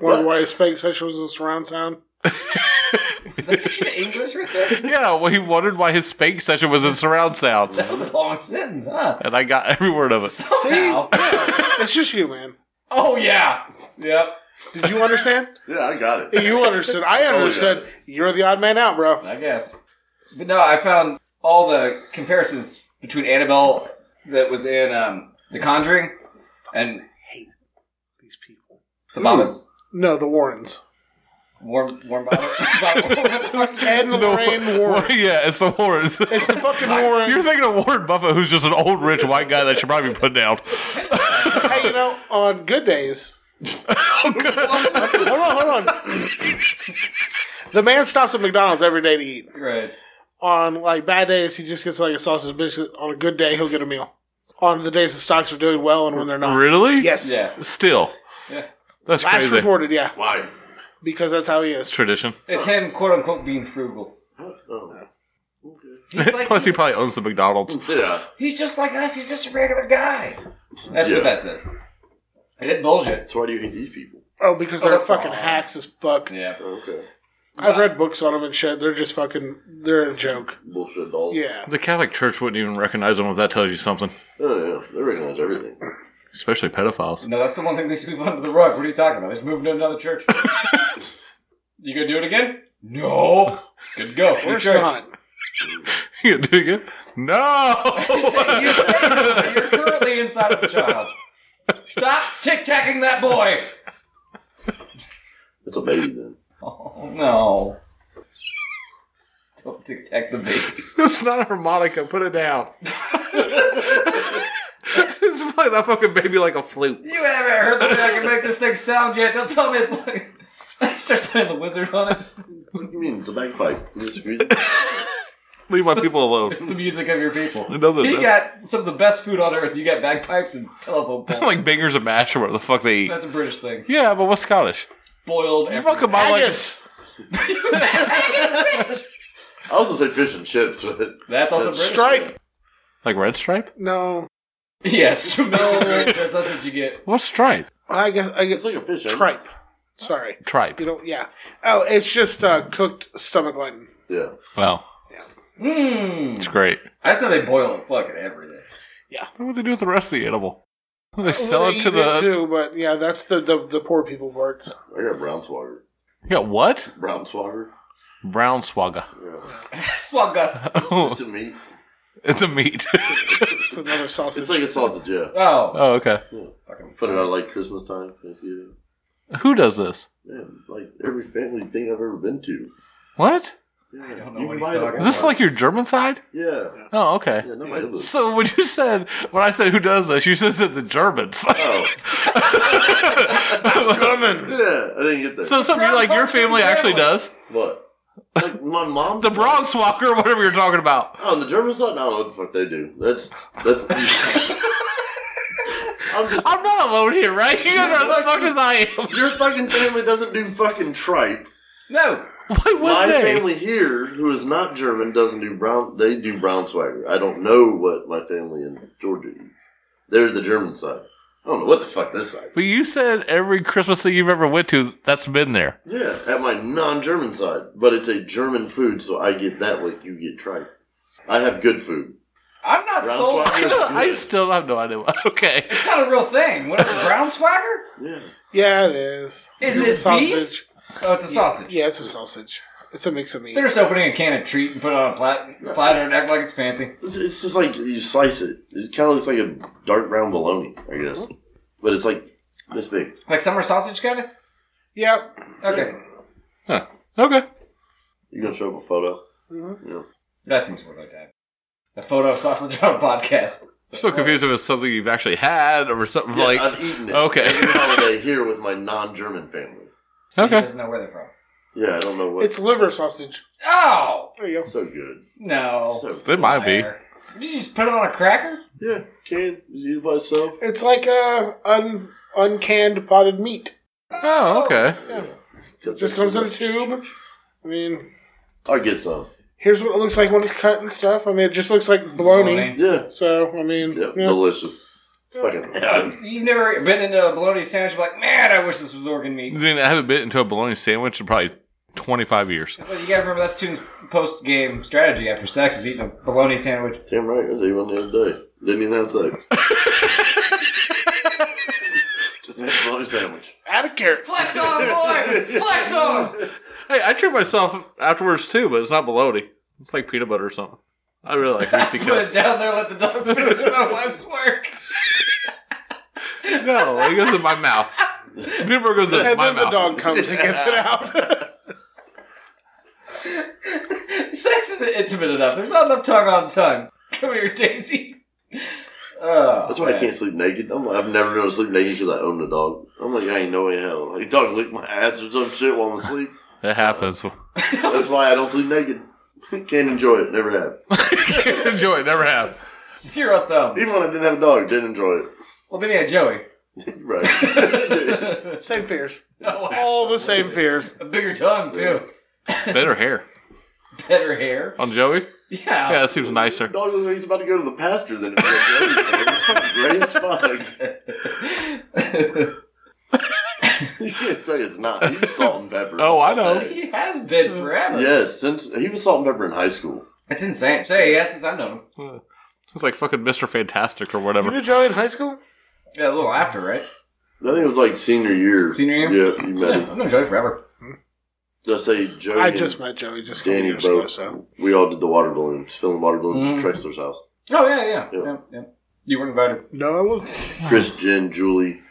Speaker 3: Wonder why his spank session was in surround sound.
Speaker 1: English right there.
Speaker 4: Yeah, well, he wondered why his spank session was in surround sound,
Speaker 1: That was a long sentence, huh?
Speaker 4: and I got every word of it.
Speaker 1: Somehow.
Speaker 3: It's just you, man.
Speaker 1: Oh yeah. Yep.
Speaker 3: Did you understand?
Speaker 2: Yeah, I got it.
Speaker 3: you understood.
Speaker 1: Oh,
Speaker 3: I understood. You're the odd man out, bro.
Speaker 1: I guess. But no, I found all the comparisons between Annabelle that was in um, The Conjuring and
Speaker 3: These people.
Speaker 1: The Bobbins.
Speaker 3: No, the Warrens.
Speaker 1: Warm, warm bottom. what the fuck's
Speaker 3: Ed and Lorraine Warren.
Speaker 4: yeah, it's the horrors.
Speaker 3: It's the fucking Warrens.
Speaker 4: You're thinking of Warren Buffett, who's just an old rich white guy that should probably be put down.
Speaker 3: hey, you know, on good days. Hold on, hold on. the man stops at McDonald's every day to eat.
Speaker 1: Right.
Speaker 3: On like bad days, he just gets like a sausage biscuit. On a good day, he'll get a meal. On the days the stocks are doing well and when they're not.
Speaker 4: Really?
Speaker 3: Yes.
Speaker 1: Yeah.
Speaker 4: Still.
Speaker 1: Yeah.
Speaker 4: That's
Speaker 3: Last
Speaker 4: crazy.
Speaker 3: reported, yeah,
Speaker 2: Why?
Speaker 3: because that's how he is.
Speaker 4: Tradition.
Speaker 1: It's him, quote unquote, being frugal.
Speaker 2: Oh. Okay.
Speaker 1: He's, like,
Speaker 4: Plus, he probably owns the McDonald's.
Speaker 2: Yeah.
Speaker 1: he's just like us. He's just a regular guy. That's
Speaker 2: Yeah.
Speaker 1: what that says. And it's bullshit.
Speaker 2: That's why do you hate these people?
Speaker 3: Oh, because they're
Speaker 1: they're
Speaker 3: fucking
Speaker 1: frauds.
Speaker 3: hacks as fuck.
Speaker 1: Yeah.
Speaker 2: Okay.
Speaker 3: I've read books on them and shit. They're just fucking. They're a joke.
Speaker 2: Bullshit dolls.
Speaker 3: Yeah.
Speaker 4: The Catholic Church wouldn't even recognize them if that tells you something,
Speaker 2: Oh, yeah. They recognize everything.
Speaker 4: especially pedophiles.
Speaker 1: No, that's the one thing they sweep under the rug. What are you talking about? He's moving to another church. you gonna do it again? No. Good to go. New
Speaker 3: We're
Speaker 1: church.
Speaker 3: not.
Speaker 4: you gonna do it again? No!
Speaker 1: You're, saying that you're currently inside of a child. Stop tic tacking that boy.
Speaker 2: It's a baby then.
Speaker 1: Oh no. Don't tic tac the babies.
Speaker 4: it's not a harmonica. Put it down. it's playing that fucking baby like a flute.
Speaker 1: You haven't heard the way I can make this thing sound yet. Don't tell me it's like. He starts playing the wizard on it.
Speaker 2: What do you mean? It's a bagpipe. You disagree?
Speaker 4: Leave my people alone.
Speaker 1: It's the music of your people.
Speaker 4: I know that-
Speaker 1: He got some of the best food on earth. You got bagpipes and telephone poles.
Speaker 4: It's like bangers and mash or whatever the fuck they eat.
Speaker 1: That's a British thing.
Speaker 4: Yeah, but what's Scottish?
Speaker 1: Boiled
Speaker 4: You
Speaker 1: and
Speaker 4: fucking buy like
Speaker 3: Haggis.
Speaker 2: I was gonna say fish and chips, but
Speaker 1: That's also British.
Speaker 3: Stripe.
Speaker 4: like red stripe.
Speaker 3: No,
Speaker 1: Yes, no. That's what you get.
Speaker 4: What's stripe?
Speaker 3: I guess I
Speaker 2: it's
Speaker 3: guess
Speaker 2: like a fish. ain't it?
Speaker 3: tripe. Sorry,
Speaker 4: Tripe.
Speaker 3: you don't. Yeah. Oh, it's just uh, cooked stomach lining.
Speaker 2: Yeah.
Speaker 4: Wow,
Speaker 1: Mmm.
Speaker 4: it's great.
Speaker 1: I just know they boil fucking everything.
Speaker 4: What do they do with the rest of the animal? They
Speaker 3: Well,
Speaker 4: sell
Speaker 3: they
Speaker 4: it to
Speaker 3: eat it
Speaker 4: the.
Speaker 3: too, but yeah, that's the, the the poor people parts.
Speaker 2: I got brown swagger.
Speaker 4: Yeah, what?
Speaker 2: Brown swagger.
Speaker 4: Brown swagga.
Speaker 2: Yeah.
Speaker 1: Swagga.
Speaker 4: Oh,
Speaker 2: It's a meat.
Speaker 4: it's a meat.
Speaker 3: It's another sausage.
Speaker 2: It's like a sausage. Yeah.
Speaker 1: Oh.
Speaker 4: oh, okay.
Speaker 2: Put it out like Christmas time, Thanksgiving.
Speaker 4: Who does this?
Speaker 2: Yeah, like every family thing I've ever been to.
Speaker 4: What?
Speaker 2: Yeah. I
Speaker 1: don't know what he's talking
Speaker 4: Is this like your German side?
Speaker 2: Yeah.
Speaker 4: Oh, okay.
Speaker 2: Yeah, nobody lives.
Speaker 4: So when you said when I said who does this, you said said the Germans.
Speaker 2: Oh.
Speaker 4: German.
Speaker 2: Yeah, I didn't get that.
Speaker 4: So something like your family actually does
Speaker 2: what? Like my mom.
Speaker 4: the Bronswalker or whatever you're talking about.
Speaker 2: Oh, the German side. I don't know what the fuck they do. That's that's. I'm just.
Speaker 4: I'm not alone here, right? You guys are as fucked as I am.
Speaker 2: Your fucking family doesn't do fucking tripe.
Speaker 1: No.
Speaker 4: Why would
Speaker 2: My
Speaker 4: they?
Speaker 2: family here, who is not German, doesn't do brown. They do brown swagger. I don't know what my family in Georgia eats. They're the German side. I don't know what the fuck this side.
Speaker 4: But you said every Christmas that you've ever went to, that's been there.
Speaker 2: Yeah, at my non-German side, but it's a German food, so I get that like you get tripe. I have good food.
Speaker 1: I'm not
Speaker 2: Brown
Speaker 1: sold.
Speaker 2: swagger is
Speaker 4: I
Speaker 2: good.
Speaker 4: still have no idea. Okay.
Speaker 1: It's not a real thing. What brown swagger?
Speaker 2: Yeah.
Speaker 3: Yeah, it is.
Speaker 1: Is
Speaker 3: It's
Speaker 1: it
Speaker 3: a sausage?
Speaker 1: Oh, it's a sausage.
Speaker 3: Yeah, it's a sausage. It's a mix of meat.
Speaker 1: They're just opening a can of treat and put it on a plat- platter and act like it's fancy.
Speaker 2: It's, it's just like you slice it. It kind of looks like a dark brown bologna, I guess. But it's like this big.
Speaker 1: Like summer sausage kind of?
Speaker 3: Yep.
Speaker 1: Okay.
Speaker 4: Huh. Okay.
Speaker 2: You gonna show up a photo? Yeah.
Speaker 1: That seems worth our time. A photo of sausage on a podcast.
Speaker 4: I'm still confused if it's something you've actually had or something
Speaker 2: Yeah,
Speaker 4: like.
Speaker 2: I've eaten it.
Speaker 4: okay.
Speaker 2: Every holiday here with my non-German family.
Speaker 1: He
Speaker 4: okay.
Speaker 1: doesn't know where they're from.
Speaker 2: Yeah, I don't know what.
Speaker 3: It's liver sausage.
Speaker 1: Oh!
Speaker 3: There you go.
Speaker 2: so good.
Speaker 3: Oh,
Speaker 1: No.
Speaker 2: So
Speaker 4: It might be.
Speaker 1: Liar. Did you just put it on a cracker?
Speaker 2: yeah, can just eat it by itself.
Speaker 3: It's like a un uncanned potted meat.
Speaker 4: Oh, okay.
Speaker 2: Cut
Speaker 3: Just
Speaker 2: that
Speaker 3: comes in a
Speaker 2: shit
Speaker 3: tube. I mean,
Speaker 2: up. I get some.
Speaker 3: here's what it looks like when it's cut and stuff. I mean, it just looks like bologna.
Speaker 1: Bologna.
Speaker 2: Yeah.
Speaker 3: So I mean,
Speaker 2: Yeah,
Speaker 3: yeah.
Speaker 2: delicious. It's fucking.
Speaker 1: You've never been into a bologna sandwich and be like, man, I wish this was organ
Speaker 4: I
Speaker 1: meat.
Speaker 4: mean, I haven't been into a bologna sandwich in probably 25 years.
Speaker 1: Well, you gotta remember that's Tune's post game strategy after sex is eating a bologna sandwich.
Speaker 2: Damn right, I was eating one the other day. Didn't even have sex. Just had a bologna sandwich.
Speaker 3: add a carrot.
Speaker 1: Flex on, boy! Flex on!
Speaker 4: Hey, I treat myself afterwards too, but it's not bologna. It's like peanut butter or something. I really like greasy
Speaker 1: Put it
Speaker 4: cups.
Speaker 1: down there, let the dog finish my wife's work.
Speaker 4: No, it goes in my mouth. Peanut butter goes in
Speaker 3: And
Speaker 4: my
Speaker 3: then the
Speaker 4: mouth.
Speaker 3: dog comes and gets it out.
Speaker 1: Sex isn't intimate enough. There's not enough tongue on tongue. Come here, Daisy. Oh,
Speaker 2: That's why I can't sleep naked. I'm like, I've never been able to sleep naked because I own a dog. I'm like, I ain't no way in hell. Like, dog lick my ass or some shit while I'm asleep.
Speaker 4: It happens.
Speaker 2: That's why I don't sleep naked. Can't enjoy it. Never have.
Speaker 4: Can't enjoy it. Never have.
Speaker 1: Zero thumbs.
Speaker 2: Even when I didn't have a dog, didn't enjoy it.
Speaker 1: Well, then he had Joey.
Speaker 2: right.
Speaker 3: same fears.
Speaker 1: Oh, wow.
Speaker 3: All the same fears.
Speaker 1: A bigger tongue, too.
Speaker 4: Better hair
Speaker 1: Better hair.
Speaker 4: on Joey.
Speaker 1: Yeah.
Speaker 4: Yeah, that seems nicer.
Speaker 2: dog looks like he's about to go to the pasture then. It was like, It's fucking great as fuck. You can't say it's not. He was salt and pepper.
Speaker 4: Oh, I know.
Speaker 1: he has been forever.
Speaker 2: Yes, since he was salt and pepper in high school.
Speaker 1: It's insane. Say yes, since I've known him.
Speaker 4: It's like fucking Mr. Fantastic or
Speaker 3: You
Speaker 4: whatever.
Speaker 3: knew Joey in high school?
Speaker 1: Yeah, a little after, right?
Speaker 2: I think it was like senior year.
Speaker 1: Senior year?
Speaker 2: Yeah, you met
Speaker 1: Yeah,
Speaker 2: him.
Speaker 1: I've known Joey forever.
Speaker 2: Did I say Joey?
Speaker 3: I
Speaker 2: and
Speaker 3: just met Joey just a couple
Speaker 2: Danny
Speaker 3: years ago.
Speaker 2: both.
Speaker 3: So Mm-hmm.
Speaker 2: We all did the water balloons, filling water balloons
Speaker 1: Mhm.
Speaker 2: at Trexler's house.
Speaker 1: Oh, yeah, yeah.
Speaker 2: Yeah.
Speaker 1: yeah. yeah, You weren't invited.
Speaker 3: no, I wasn't.
Speaker 2: Chris, Jen, Julie.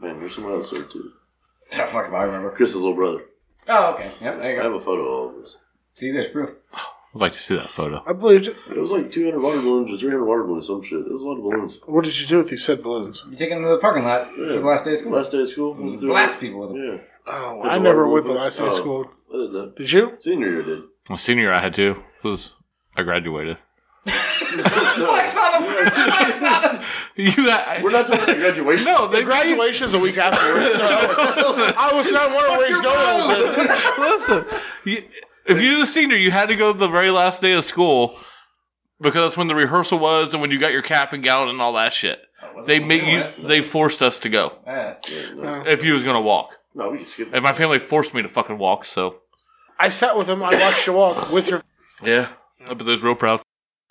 Speaker 2: Man, there's someone else there too.
Speaker 1: Ah, fuck if I remember.
Speaker 2: Chris's little brother.
Speaker 1: Oh, okay. Yep, there you go.
Speaker 2: I have a photo of all of us.
Speaker 1: See, there's proof.
Speaker 4: I'd like to see that photo.
Speaker 3: I believed it.
Speaker 2: It was like 200 water balloons or 300 water balloons, some shit. It was a lot of balloons.
Speaker 3: What did you do with these said balloons?
Speaker 1: You take him to the parking lot for the last day of school.
Speaker 2: Last day of school. went through
Speaker 1: Mm-hmm. Blast
Speaker 2: it.
Speaker 1: people with them.
Speaker 2: Yeah.
Speaker 3: Oh,
Speaker 2: Put
Speaker 3: I
Speaker 2: the
Speaker 3: never
Speaker 2: water
Speaker 3: went the
Speaker 2: balloon-
Speaker 3: last day of
Speaker 2: Oh.
Speaker 3: school.
Speaker 2: I didn't know.
Speaker 3: Did you?
Speaker 2: Senior year did.
Speaker 4: Well, senior I had to because I graduated.
Speaker 1: Flex on him! Flex on him!
Speaker 4: You, I,
Speaker 2: We're not talking about graduation.
Speaker 4: no,
Speaker 3: Oh,
Speaker 4: they graduated.
Speaker 3: Graduation's a week afterwards, so I was not wondering where he's going with this.
Speaker 4: Listen, you, if you're the senior, you had to go the very last day of school because that's when the rehearsal was and when you got your cap and gown and all that shit. They made you. They forced us to go
Speaker 1: Yeah.
Speaker 4: if you was gonna walk,
Speaker 2: No, we can skip
Speaker 4: and
Speaker 2: that.
Speaker 4: my family forced me to fucking walk. So
Speaker 3: I sat with him. I watched you walk with your.
Speaker 4: yeah, but those real proud.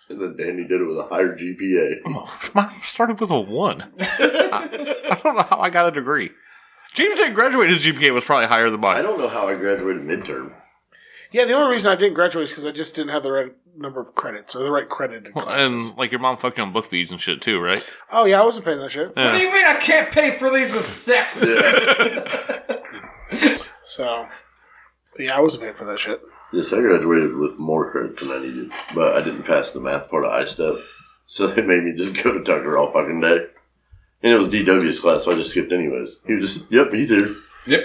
Speaker 2: And then Danny did it with a higher GPA.
Speaker 4: Oh, mine started with a one. I, I don't know how I got a degree. James didn't graduate. His GPA was probably higher than
Speaker 2: I
Speaker 4: mine.
Speaker 2: don't know how I graduated midterm.
Speaker 3: Yeah, the only reason I didn't graduate is because I just didn't have the right number of credits or the right credit in classes.
Speaker 4: And like your mom fucked you on book fees and shit too, right?
Speaker 3: oh yeah, I wasn't paying that shit.
Speaker 1: What do you mean I can't pay for these with sex?
Speaker 2: Yeah.
Speaker 3: So yeah, I wasn't paying for that shit.
Speaker 2: Yes, I graduated with more credit than I needed, but I didn't pass the math part of I-STEP, E so they made me just go to Tucker all fucking day. And it was DW's class, so I just skipped anyways. He was just, yep, he's here.
Speaker 1: Yep.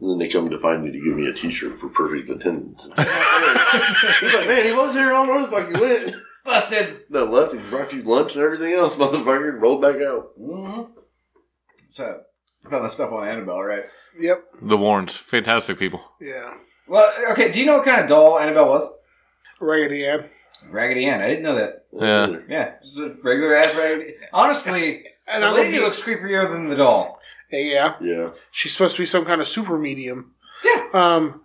Speaker 2: And then they come to find me to give me a T-shirt for perfect attendance. he's like, man, he was here. I don't know where the fuck he went.
Speaker 1: Busted.
Speaker 2: No, left. He brought you lunch and everything else, motherfucker. and Rolled back out.
Speaker 1: Mm-hmm. So, about the stuff on Annabelle, right?
Speaker 3: Yep.
Speaker 4: The Warrens, fantastic people.
Speaker 3: Yeah.
Speaker 1: Well, okay. Do you know what kind of doll Annabelle was?
Speaker 3: Raggedy Ann.
Speaker 1: Raggedy Ann. I didn't know that.
Speaker 4: Yeah.
Speaker 1: Yeah, just a regular ass Raggedy. Honestly,
Speaker 3: And
Speaker 1: the
Speaker 3: I'm
Speaker 1: lady
Speaker 3: gonna
Speaker 1: looks creepier than the doll.
Speaker 3: be- yeah.
Speaker 2: Yeah.
Speaker 3: She's supposed to be some kind of super medium.
Speaker 1: Yeah.
Speaker 3: Um,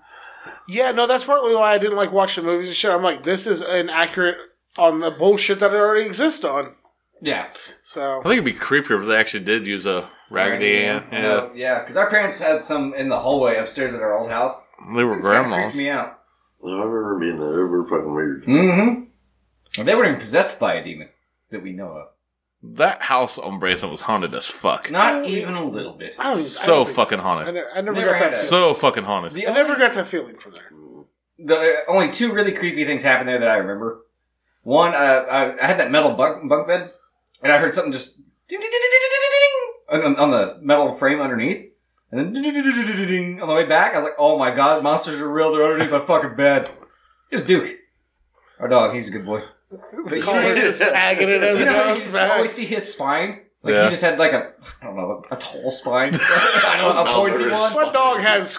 Speaker 3: yeah, no, that's partly why I didn't like watch the movies and shit. I'm like, this is inaccurate on the bullshit that it already exists on.
Speaker 1: Yeah.
Speaker 3: So
Speaker 4: I think it'd be creepier if they actually did use a Raggedy Ann. Yeah.
Speaker 1: No, yeah, because our parents had some in the hallway upstairs at our old house.
Speaker 4: They were
Speaker 1: It's kinda
Speaker 4: grandmas.
Speaker 1: Creeped me out.
Speaker 2: I remember being there. We were fucking weird.
Speaker 1: Mm-hmm. They weren't even possessed by a demon that we know of.
Speaker 4: That house on Brazen was haunted as fuck.
Speaker 1: Not even a little bit.
Speaker 3: I don't, I don't
Speaker 4: So
Speaker 3: think
Speaker 4: fucking
Speaker 3: I
Speaker 4: haunted.
Speaker 3: never, I never
Speaker 1: Never
Speaker 3: got that.
Speaker 1: had it.
Speaker 3: Feeling.
Speaker 4: So fucking haunted.
Speaker 1: The
Speaker 3: I
Speaker 1: only,
Speaker 3: never got that feeling from there.
Speaker 1: the uh, only two really creepy things happened there that I remember. One, uh, I, I had that metal bunk, bunk bed, and I heard something just ding, ding, ding, ding, ding, ding, ding, on, on the metal frame underneath, and then ding, ding, ding, ding, ding, ding, ding, on the way back, I was like, "Oh my god, monsters are real! They're underneath my fucking bed." It was Duke, our dog. He's a good boy.
Speaker 3: The
Speaker 1: you
Speaker 3: collar
Speaker 1: know-
Speaker 3: just tagging it as
Speaker 1: You
Speaker 3: it
Speaker 1: know, how you
Speaker 3: goes
Speaker 1: just
Speaker 3: back.
Speaker 1: always see his spine. Like
Speaker 4: Yeah.
Speaker 1: he just had like a, I don't know, a tall spine, I don't know, a
Speaker 2: No,
Speaker 1: pointy
Speaker 2: there is.
Speaker 1: one.
Speaker 3: What dog has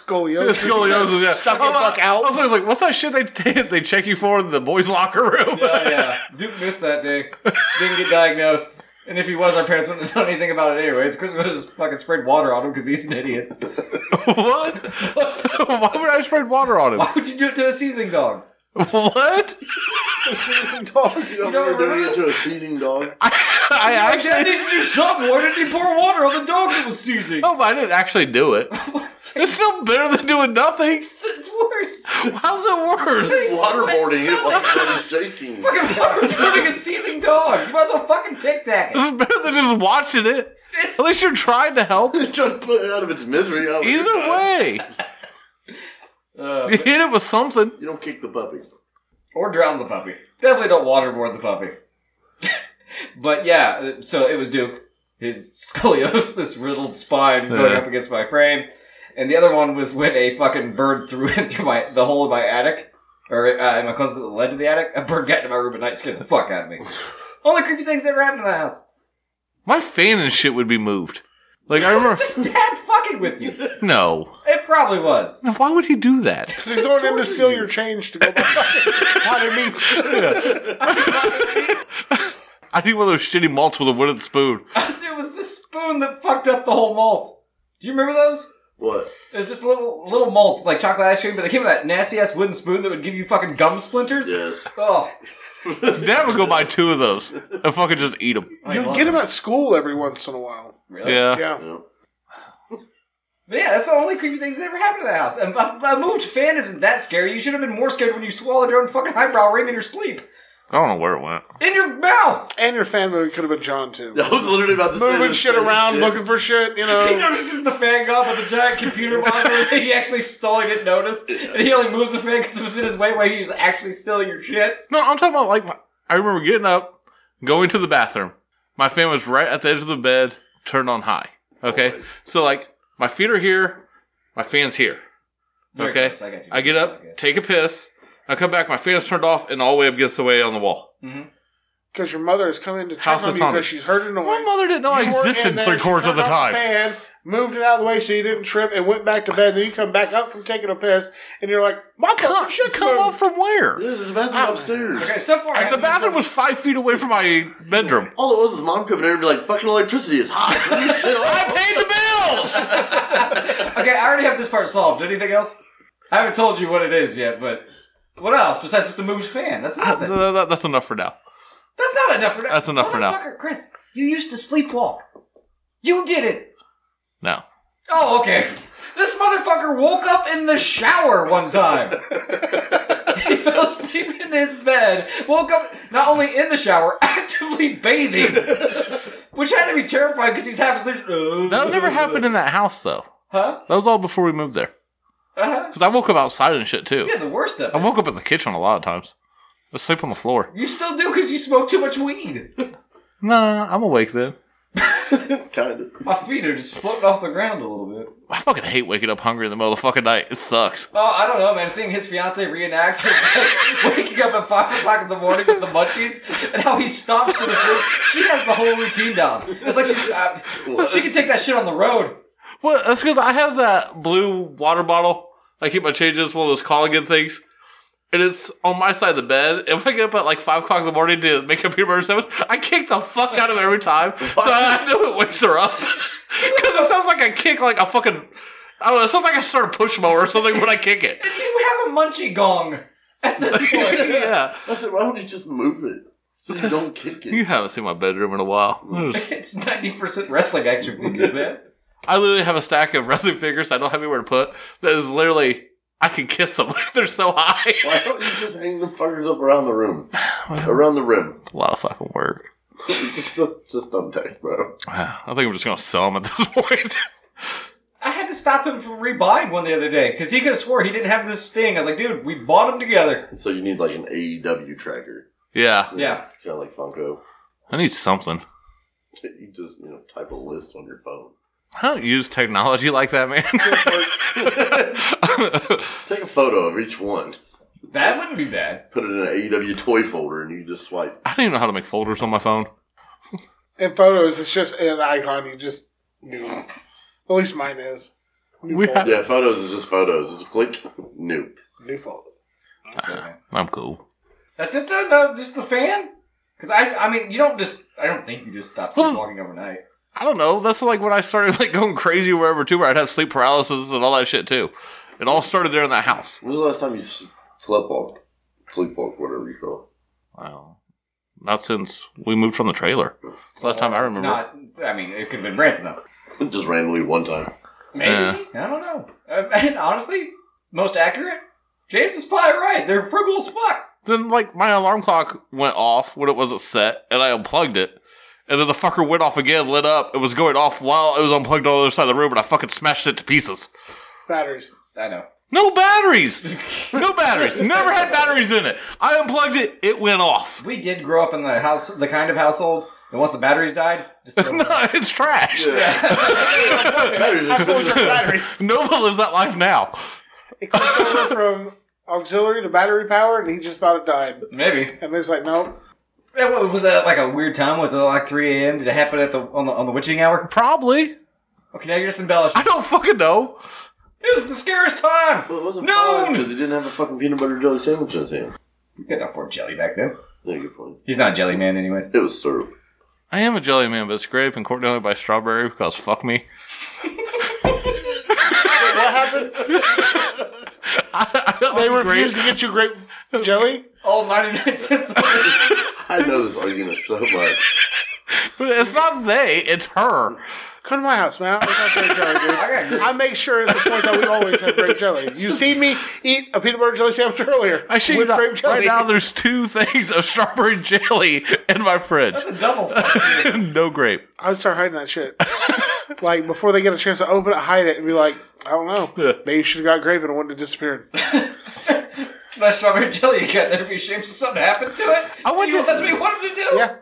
Speaker 3: scoliosis?
Speaker 4: Scoliosis, yeah.
Speaker 3: Stuck
Speaker 4: I
Speaker 3: the
Speaker 4: was like-
Speaker 3: fuck out.
Speaker 4: I was always like, what's that shit they they check you for in the boys' locker room?
Speaker 1: Yeah, yeah. Duke missed that day. Didn't get diagnosed. And if he was, our parents wouldn't have done anything about it anyways. Chris would have just fucking sprayed water on him because he's an idiot.
Speaker 4: what? Why would I spread water on him?
Speaker 1: Why would you do it to a seasoning dog?
Speaker 4: what?
Speaker 3: season dog.
Speaker 2: You don't
Speaker 1: You don't
Speaker 2: remember doing
Speaker 1: remember
Speaker 2: it to a seizing dog?
Speaker 4: I actually.
Speaker 1: needs to do something. Why didn't he pour water on the dog that was seizing?
Speaker 4: Oh, but I didn't actually do it. It's still better than doing nothing.
Speaker 1: It's worse.
Speaker 4: How's it worse?
Speaker 2: Waterboarding it like Freddie shaking.
Speaker 1: Fucking waterboarding a seizing dog. You might as well fucking tic tac it.
Speaker 4: It's better than just watching it.
Speaker 1: It's-
Speaker 4: At least you're trying to help.
Speaker 2: Trying to put it out of its misery. I was-
Speaker 4: Either way,
Speaker 1: Uh,
Speaker 4: you hit it with something.
Speaker 2: You don't kick the puppy.
Speaker 1: or drown the puppy. Definitely don't waterboard the puppy. but yeah, so it was Duke. His scoliosis riddled spine going
Speaker 4: Yeah.
Speaker 1: up against my frame, and the other one was when a fucking bird threw in through my the hole in my attic, or uh, in my closet that led to the attic. A bird got into my room at night, scared the fuck out of me. Only creepy things that ever happened in the house.
Speaker 4: My fan and shit would be moved. Like I remember.
Speaker 1: It's just dad fucking with you.
Speaker 4: No.
Speaker 1: It probably was.
Speaker 4: Why would he do that?
Speaker 3: He's going in to steal your change to go buy hot meats.
Speaker 4: I need one of those shitty malts with a wooden spoon.
Speaker 1: it was the spoon that fucked up the whole malt. Do you remember those?
Speaker 2: What?
Speaker 1: It was just little little molts like chocolate ice cream, but they came with that nasty ass wooden spoon that would give you fucking gum splinters.
Speaker 2: Yes.
Speaker 1: Oh,
Speaker 4: Dad would go buy two of those and fucking just eat them.
Speaker 1: I
Speaker 3: You
Speaker 1: love
Speaker 3: get
Speaker 1: it.
Speaker 3: them at school every once in a while.
Speaker 1: Really?
Speaker 4: Yeah.
Speaker 3: Yeah.
Speaker 2: You know?
Speaker 1: But yeah, that's the only creepy things that ever happened to the house. And a, a moved fan isn't that scary. You should have been more scared when you swallowed your own fucking highbrow ring in your sleep,
Speaker 4: I don't know where it went.
Speaker 1: in your mouth.
Speaker 3: And your family could have been John too.
Speaker 2: I was literally about to say
Speaker 3: Moving
Speaker 2: this
Speaker 3: shit
Speaker 2: same
Speaker 3: around,
Speaker 2: shit.
Speaker 3: looking for shit, you
Speaker 1: He
Speaker 3: know.
Speaker 1: notices the fan gone, but the giant computer monitor that he actually stole, he didn't notice, and he only moved the fan because it was in his way where he was actually stealing your shit.
Speaker 4: No, I'm talking about like my, I remember getting up, going to the bathroom. My fan was right at the edge of the bed, turned on high. Okay, so like my feet are here, my fan's here.
Speaker 1: Very
Speaker 4: okay,
Speaker 1: close, I got you.
Speaker 4: get up,
Speaker 1: Okay.
Speaker 4: take a piss. I come back, my fan is turned off, and all the way up against the way on the wall.
Speaker 3: Because your mother has come in to check
Speaker 4: House
Speaker 3: on you
Speaker 4: is haunted.
Speaker 3: because she's heard a noise.
Speaker 4: My mother didn't know I
Speaker 3: You were in
Speaker 4: existed
Speaker 3: there,
Speaker 4: three
Speaker 3: she
Speaker 4: quarters of
Speaker 3: turned
Speaker 4: the
Speaker 3: off
Speaker 4: time.
Speaker 3: fan, moved it out of the way so you didn't trip, and went back to bed. Then you come back up from taking a piss, and you're like, "My
Speaker 4: Come,
Speaker 3: fucking shit
Speaker 4: come
Speaker 3: moved."
Speaker 4: up from where?
Speaker 2: Yeah, there's a bathroom
Speaker 3: Ah.
Speaker 2: upstairs.
Speaker 1: Okay, so far I
Speaker 4: Like the
Speaker 1: haven't-
Speaker 4: bathroom was five feet away from my bedroom.
Speaker 2: All it was was mom coming in and be like, fucking electricity is hot. Turn this shit
Speaker 4: I
Speaker 2: off.
Speaker 4: paid the bills.
Speaker 1: Okay, I already have this part solved. Anything else? I haven't told you what it is yet, but what else besides just a moved fan? That's nothing.
Speaker 4: That- that- that's enough for now.
Speaker 1: That's not enough for now.
Speaker 4: That's enough for now.
Speaker 1: Motherfucker, Chris, you used to sleepwalk. You did it.
Speaker 4: No.
Speaker 1: Oh, okay. This motherfucker woke up in the shower one time. he fell asleep in his bed, woke up not only in the shower, actively bathing, which had to be terrifying because he's half asleep.
Speaker 4: That never happened in that house, though.
Speaker 1: Huh?
Speaker 4: That was all before we moved there.
Speaker 1: Uh-huh.
Speaker 4: Because I woke up outside and shit too.
Speaker 1: Yeah, the worst of
Speaker 4: I
Speaker 1: it.
Speaker 4: woke up in the kitchen a lot of times. I sleep on the floor.
Speaker 1: You still do because you smoke too much weed.
Speaker 4: Nah, I'm awake then.
Speaker 2: kind of.
Speaker 1: My feet are just floating off the ground a little bit.
Speaker 4: I fucking hate waking up hungry in the middle of the fucking night. It sucks.
Speaker 1: Oh, I don't know, man. Seeing his fiance reenact him waking up at five o'clock in the morning with the munchies, and how he stomps to the fridge. She has the whole routine down. It's like she's, uh, she can take that shit on the road.
Speaker 4: Well, that's because I have that blue water bottle. I keep my changes, one of those Colligan things. And it's on my side of the bed. If I get up at like 5 o'clock in the morning to make a peanut butter sandwich, I kick the fuck out of it every time. So I know it wakes her up. Because it sounds like I kick like a fucking. I don't know. It sounds like I start a push mower or something when I kick it.
Speaker 1: You have a munchie gong at this point.
Speaker 4: Yeah.
Speaker 2: I said, why don't you just move it so you don't kick
Speaker 4: You
Speaker 2: it?
Speaker 4: haven't seen my bedroom in a while.
Speaker 1: It's ninety percent wrestling action figures, man.
Speaker 4: I literally have a stack of wrestling figures I don't have anywhere to put that is literally. I can kiss them. They're so high.
Speaker 2: Why don't you just hang the fuckers up around the room, around the rim?
Speaker 4: A lot of fucking work.
Speaker 2: It's just, it's just thumbtacks, bro.
Speaker 4: I think I'm just gonna sell them at this point.
Speaker 1: I had to stop him from rebuying one the other day because he could have swore he didn't have this sting. I was like, dude, we bought them together.
Speaker 2: So you need like an AEW tracker,
Speaker 4: yeah,
Speaker 1: Yeah.
Speaker 2: kind of like Funko.
Speaker 4: I need something.
Speaker 2: You just you know type a list on your phone.
Speaker 4: I don't use technology like that, man.
Speaker 2: Take a photo of each one,
Speaker 1: That wouldn't be bad.
Speaker 2: put it in an AEW toy folder, and you just swipe.
Speaker 4: I don't even know how to make folders on my phone.
Speaker 3: In photos, it's just an icon. You just new. At least mine is. New
Speaker 4: We
Speaker 3: folder.
Speaker 4: have-
Speaker 2: Yeah, photos is just photos. Just click new.
Speaker 3: new folder.
Speaker 1: So, man.
Speaker 4: I'm cool.
Speaker 1: That's it though. No, just the fan. Because I, I mean, you don't just. I don't think you just stop
Speaker 4: Hmm.
Speaker 1: sleepwalking overnight.
Speaker 4: I don't know. That's like when I started like going crazy wherever too, where I'd have sleep paralysis and all that shit too. It all started there in that house.
Speaker 2: When was the last time you s- slept walk, sleepwalk, whatever you call?
Speaker 4: Wow. Not since we moved from the trailer. Last time I remember.
Speaker 1: Not. I mean, it could have been Branson though.
Speaker 2: it? Just randomly one time.
Speaker 1: Maybe.
Speaker 4: Yeah.
Speaker 1: I don't know. Uh, and honestly, most accurate. James is probably right. They're frugal as fuck.
Speaker 4: Then like my alarm clock went off when it wasn't set, and I unplugged it. And then the fucker went off again, lit up. It was going off while it was unplugged on the other side of the room, and I fucking smashed it to pieces.
Speaker 3: Batteries.
Speaker 1: I know.
Speaker 4: No batteries. No batteries. Never had batteries in it. I unplugged it. It went off.
Speaker 1: We did grow up in the house, the kind of household. And once the batteries died, just throw them
Speaker 4: No, it's trash.
Speaker 2: Batteries are
Speaker 3: Full
Speaker 2: expensive.
Speaker 3: charge batteries.
Speaker 4: Nova lives that life now.
Speaker 3: It clicked over from auxiliary to battery power, and he just thought it died.
Speaker 1: Maybe.
Speaker 3: And it's like, nope.
Speaker 1: Yeah, what- was that like a weird time? Was it like 3 a.m.? Did it happen at the on the on the witching hour?
Speaker 4: Probably.
Speaker 1: Okay, now you're just embellishing.
Speaker 4: I don't fucking know.
Speaker 1: It was the scariest time.
Speaker 2: Well, it wasn't
Speaker 1: Known!
Speaker 2: because he didn't have a fucking peanut butter jelly sandwich in his hand.
Speaker 1: You couldn't afford jelly back then.
Speaker 2: Yeah, good point.
Speaker 1: He's not a jelly man, anyways.
Speaker 2: It was syrup.
Speaker 4: I am a jelly man, but it's grape and coordinated by strawberry because fuck me.
Speaker 3: What happened?
Speaker 4: I, I
Speaker 3: They
Speaker 4: like grape.
Speaker 3: refused to get you grape jelly?
Speaker 1: all 99 cents
Speaker 2: I know this argument so much.
Speaker 4: But it's not they. It's her.
Speaker 3: Come to my house, man. I always have grape jelly, dude. I make sure it's the point that we always have grape jelly. You see me eat a peanut butter jelly sandwich earlier.
Speaker 4: I see
Speaker 3: with
Speaker 4: that-
Speaker 3: grape jelly.
Speaker 4: right now. There's two things of strawberry jelly in my fridge.
Speaker 1: double fuck
Speaker 4: no grape.
Speaker 3: I would start hiding that shit. like before they get a chance to open it, hide it, and be like, I don't
Speaker 4: Yeah.
Speaker 3: know. Maybe you should have got grape and it wouldn't have disappeared.
Speaker 1: my strawberry jelly again. There'd be ashamed if something happened to it.
Speaker 4: I went
Speaker 1: You-
Speaker 4: to-
Speaker 1: That's what we wanted to do.
Speaker 3: Yeah.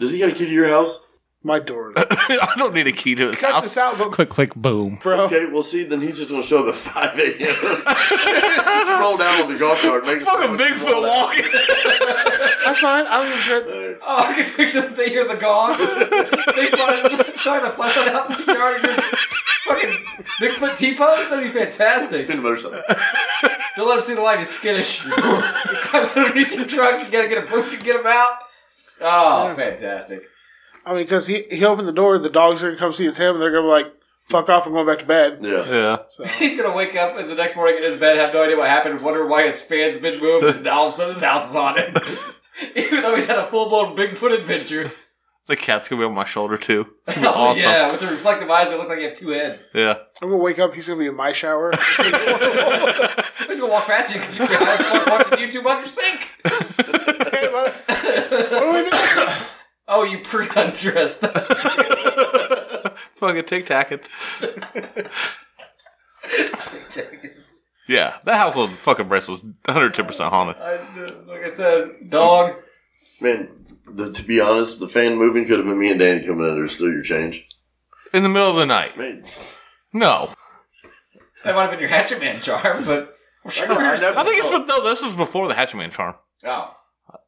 Speaker 2: Does he got a key to your house?
Speaker 3: My door.
Speaker 4: I don't need a key to his
Speaker 3: Cut
Speaker 4: house.
Speaker 3: this out, but
Speaker 4: Click, click, boom.
Speaker 3: bro.
Speaker 2: Okay, well, see, then he's just going to show up at 5 a.m. just roll down with the golf cart. Make a
Speaker 4: Fucking
Speaker 2: sandwich and
Speaker 4: Bigfoot
Speaker 2: roll out.
Speaker 4: walking.
Speaker 3: That's fine. I don't give a shit.
Speaker 1: Oh, I can picture that they hear the gong. they find trying to flush it out in the yard and just fucking Bigfoot T pose. That'd be fantastic.
Speaker 2: Peanut butter sandwich.
Speaker 1: Don't let him see the light. He's skittish. he climbs underneath your truck. You gotta get a broom to get him out. Oh, fantastic.
Speaker 3: I mean, because he, he opened the door, the dogs are going to come see it's him, and they're going to be like, fuck off, I'm going back to bed.
Speaker 2: Yeah.
Speaker 4: Yeah.
Speaker 3: So,
Speaker 1: He's gonna wake up and the next morning in his bed, have no idea what happened, wonder why his fan's been moved, and all of a sudden his house is on it. Even though he's had a full blown Bigfoot adventure.
Speaker 4: The cat's gonna be on my shoulder too. It's gonna be
Speaker 1: Oh,
Speaker 4: awesome. Yeah.
Speaker 1: yeah, with the reflective eyes that look like you have two heads.
Speaker 3: I'm going to wake up, he's going to be in my shower.
Speaker 1: I'm just gonna walk past you because you're high as fuck watching YouTube on your sink.
Speaker 3: Okay, well, what do we do?
Speaker 1: Oh, you pre undressed. That's
Speaker 4: Fucking tic tacking.
Speaker 1: fantastic.
Speaker 4: Yeah, that house on fucking Brest was 110% haunted.
Speaker 1: I, like I said, dog.
Speaker 2: Man, the, to be honest, the fan moving could have been me and Danny coming in there to steal your change.
Speaker 4: In the middle of the night.
Speaker 2: Man,
Speaker 4: No.
Speaker 1: That might have been your Hatchet Man charm, but I'm sure.
Speaker 2: I
Speaker 1: there's-
Speaker 2: never-
Speaker 4: I think it's, but no, this was before the Hatchet Man charm.
Speaker 1: Oh.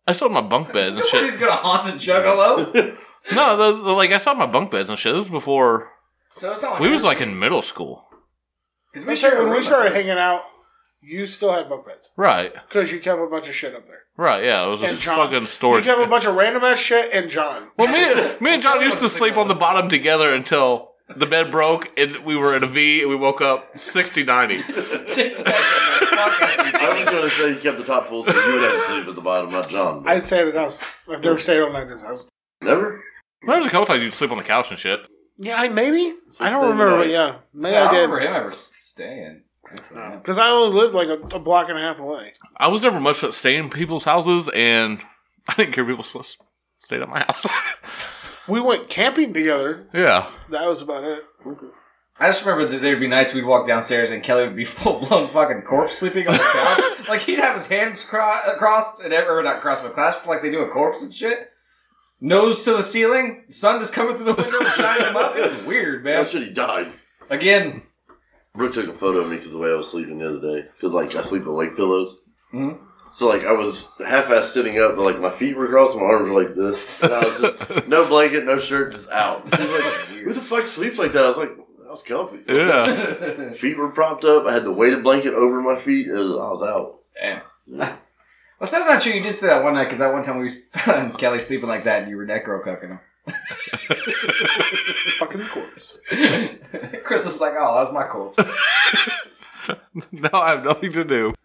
Speaker 4: I saw my bunk beds and
Speaker 1: Nobody's
Speaker 4: shit.
Speaker 1: gonna haunt a juggalo.
Speaker 4: No, those, like, I saw my bunk beds and shit. This was before,
Speaker 1: so it's not like
Speaker 4: we was like in middle school.
Speaker 1: Because
Speaker 3: We
Speaker 1: we shared a
Speaker 3: started, when
Speaker 1: room
Speaker 3: we started
Speaker 1: at first.
Speaker 3: hanging out, you still had bunk beds
Speaker 4: Right.
Speaker 3: because you kept a bunch of shit up there.
Speaker 4: Right, yeah. It was
Speaker 3: And
Speaker 4: just
Speaker 3: John,
Speaker 4: fucking storage.
Speaker 3: you kept a bunch of random ass shit and John.
Speaker 4: Well, me, me and John used to sleep on the bottom together until the bed broke and we were in a V and we woke up 60 90.
Speaker 1: Tic-tac and the fuck out of each
Speaker 2: I
Speaker 1: other.
Speaker 2: was going to say you kept the top full, so you would have to sleep at the bottom, not John.
Speaker 3: I'd stay at his house. I've never stayed all night at his house.
Speaker 2: Never?
Speaker 4: There was a couple times you'd sleep on the couch and shit.
Speaker 3: Yeah, I maybe. I don't
Speaker 2: stay
Speaker 3: remember.
Speaker 2: the
Speaker 3: But
Speaker 2: night.
Speaker 3: yeah,
Speaker 1: See,
Speaker 3: maybe
Speaker 1: I
Speaker 3: I
Speaker 1: don't remember
Speaker 3: did
Speaker 1: him ever staying.
Speaker 3: because I only lived like a, a block and a half away.
Speaker 4: I was never much at staying in people's houses and I didn't care people s- stayed at my house.
Speaker 3: We went camping together.
Speaker 4: yeah.
Speaker 3: That was about it.
Speaker 1: I just remember that there'd be nights we'd walk downstairs and Kelly would be full blown fucking corpse sleeping on the couch. like he'd have his hands cro- uh, crossed and ever not crossed but clasped like they do a corpse and shit. Nose to the ceiling, sun just coming through the window and shining him up. It was weird,
Speaker 2: How
Speaker 1: man.
Speaker 2: should he died?
Speaker 1: Again,
Speaker 2: Brooke took a photo of me because the way I was sleeping the other day. Because, like, I sleep on leg pillows.
Speaker 1: Mhm.
Speaker 3: Mm-hmm.
Speaker 2: So, like, I was half ass sitting up, but, like, my feet were crossed, my arms were like this. And I was just, no blanket, no shirt, just out. She's like, who the fuck sleeps like that? I was like, that was comfy.
Speaker 4: Yeah.
Speaker 2: Feet were propped up. I had the weighted blanket over my feet. It was, I was out.
Speaker 1: damn. Well, so that's not true. You did say that one night because that one time we found Kelly sleeping like that and you were necro cucking him.
Speaker 3: Fucking corpse.
Speaker 1: Chris is like, oh, that was my corpse.
Speaker 4: now I have nothing to do.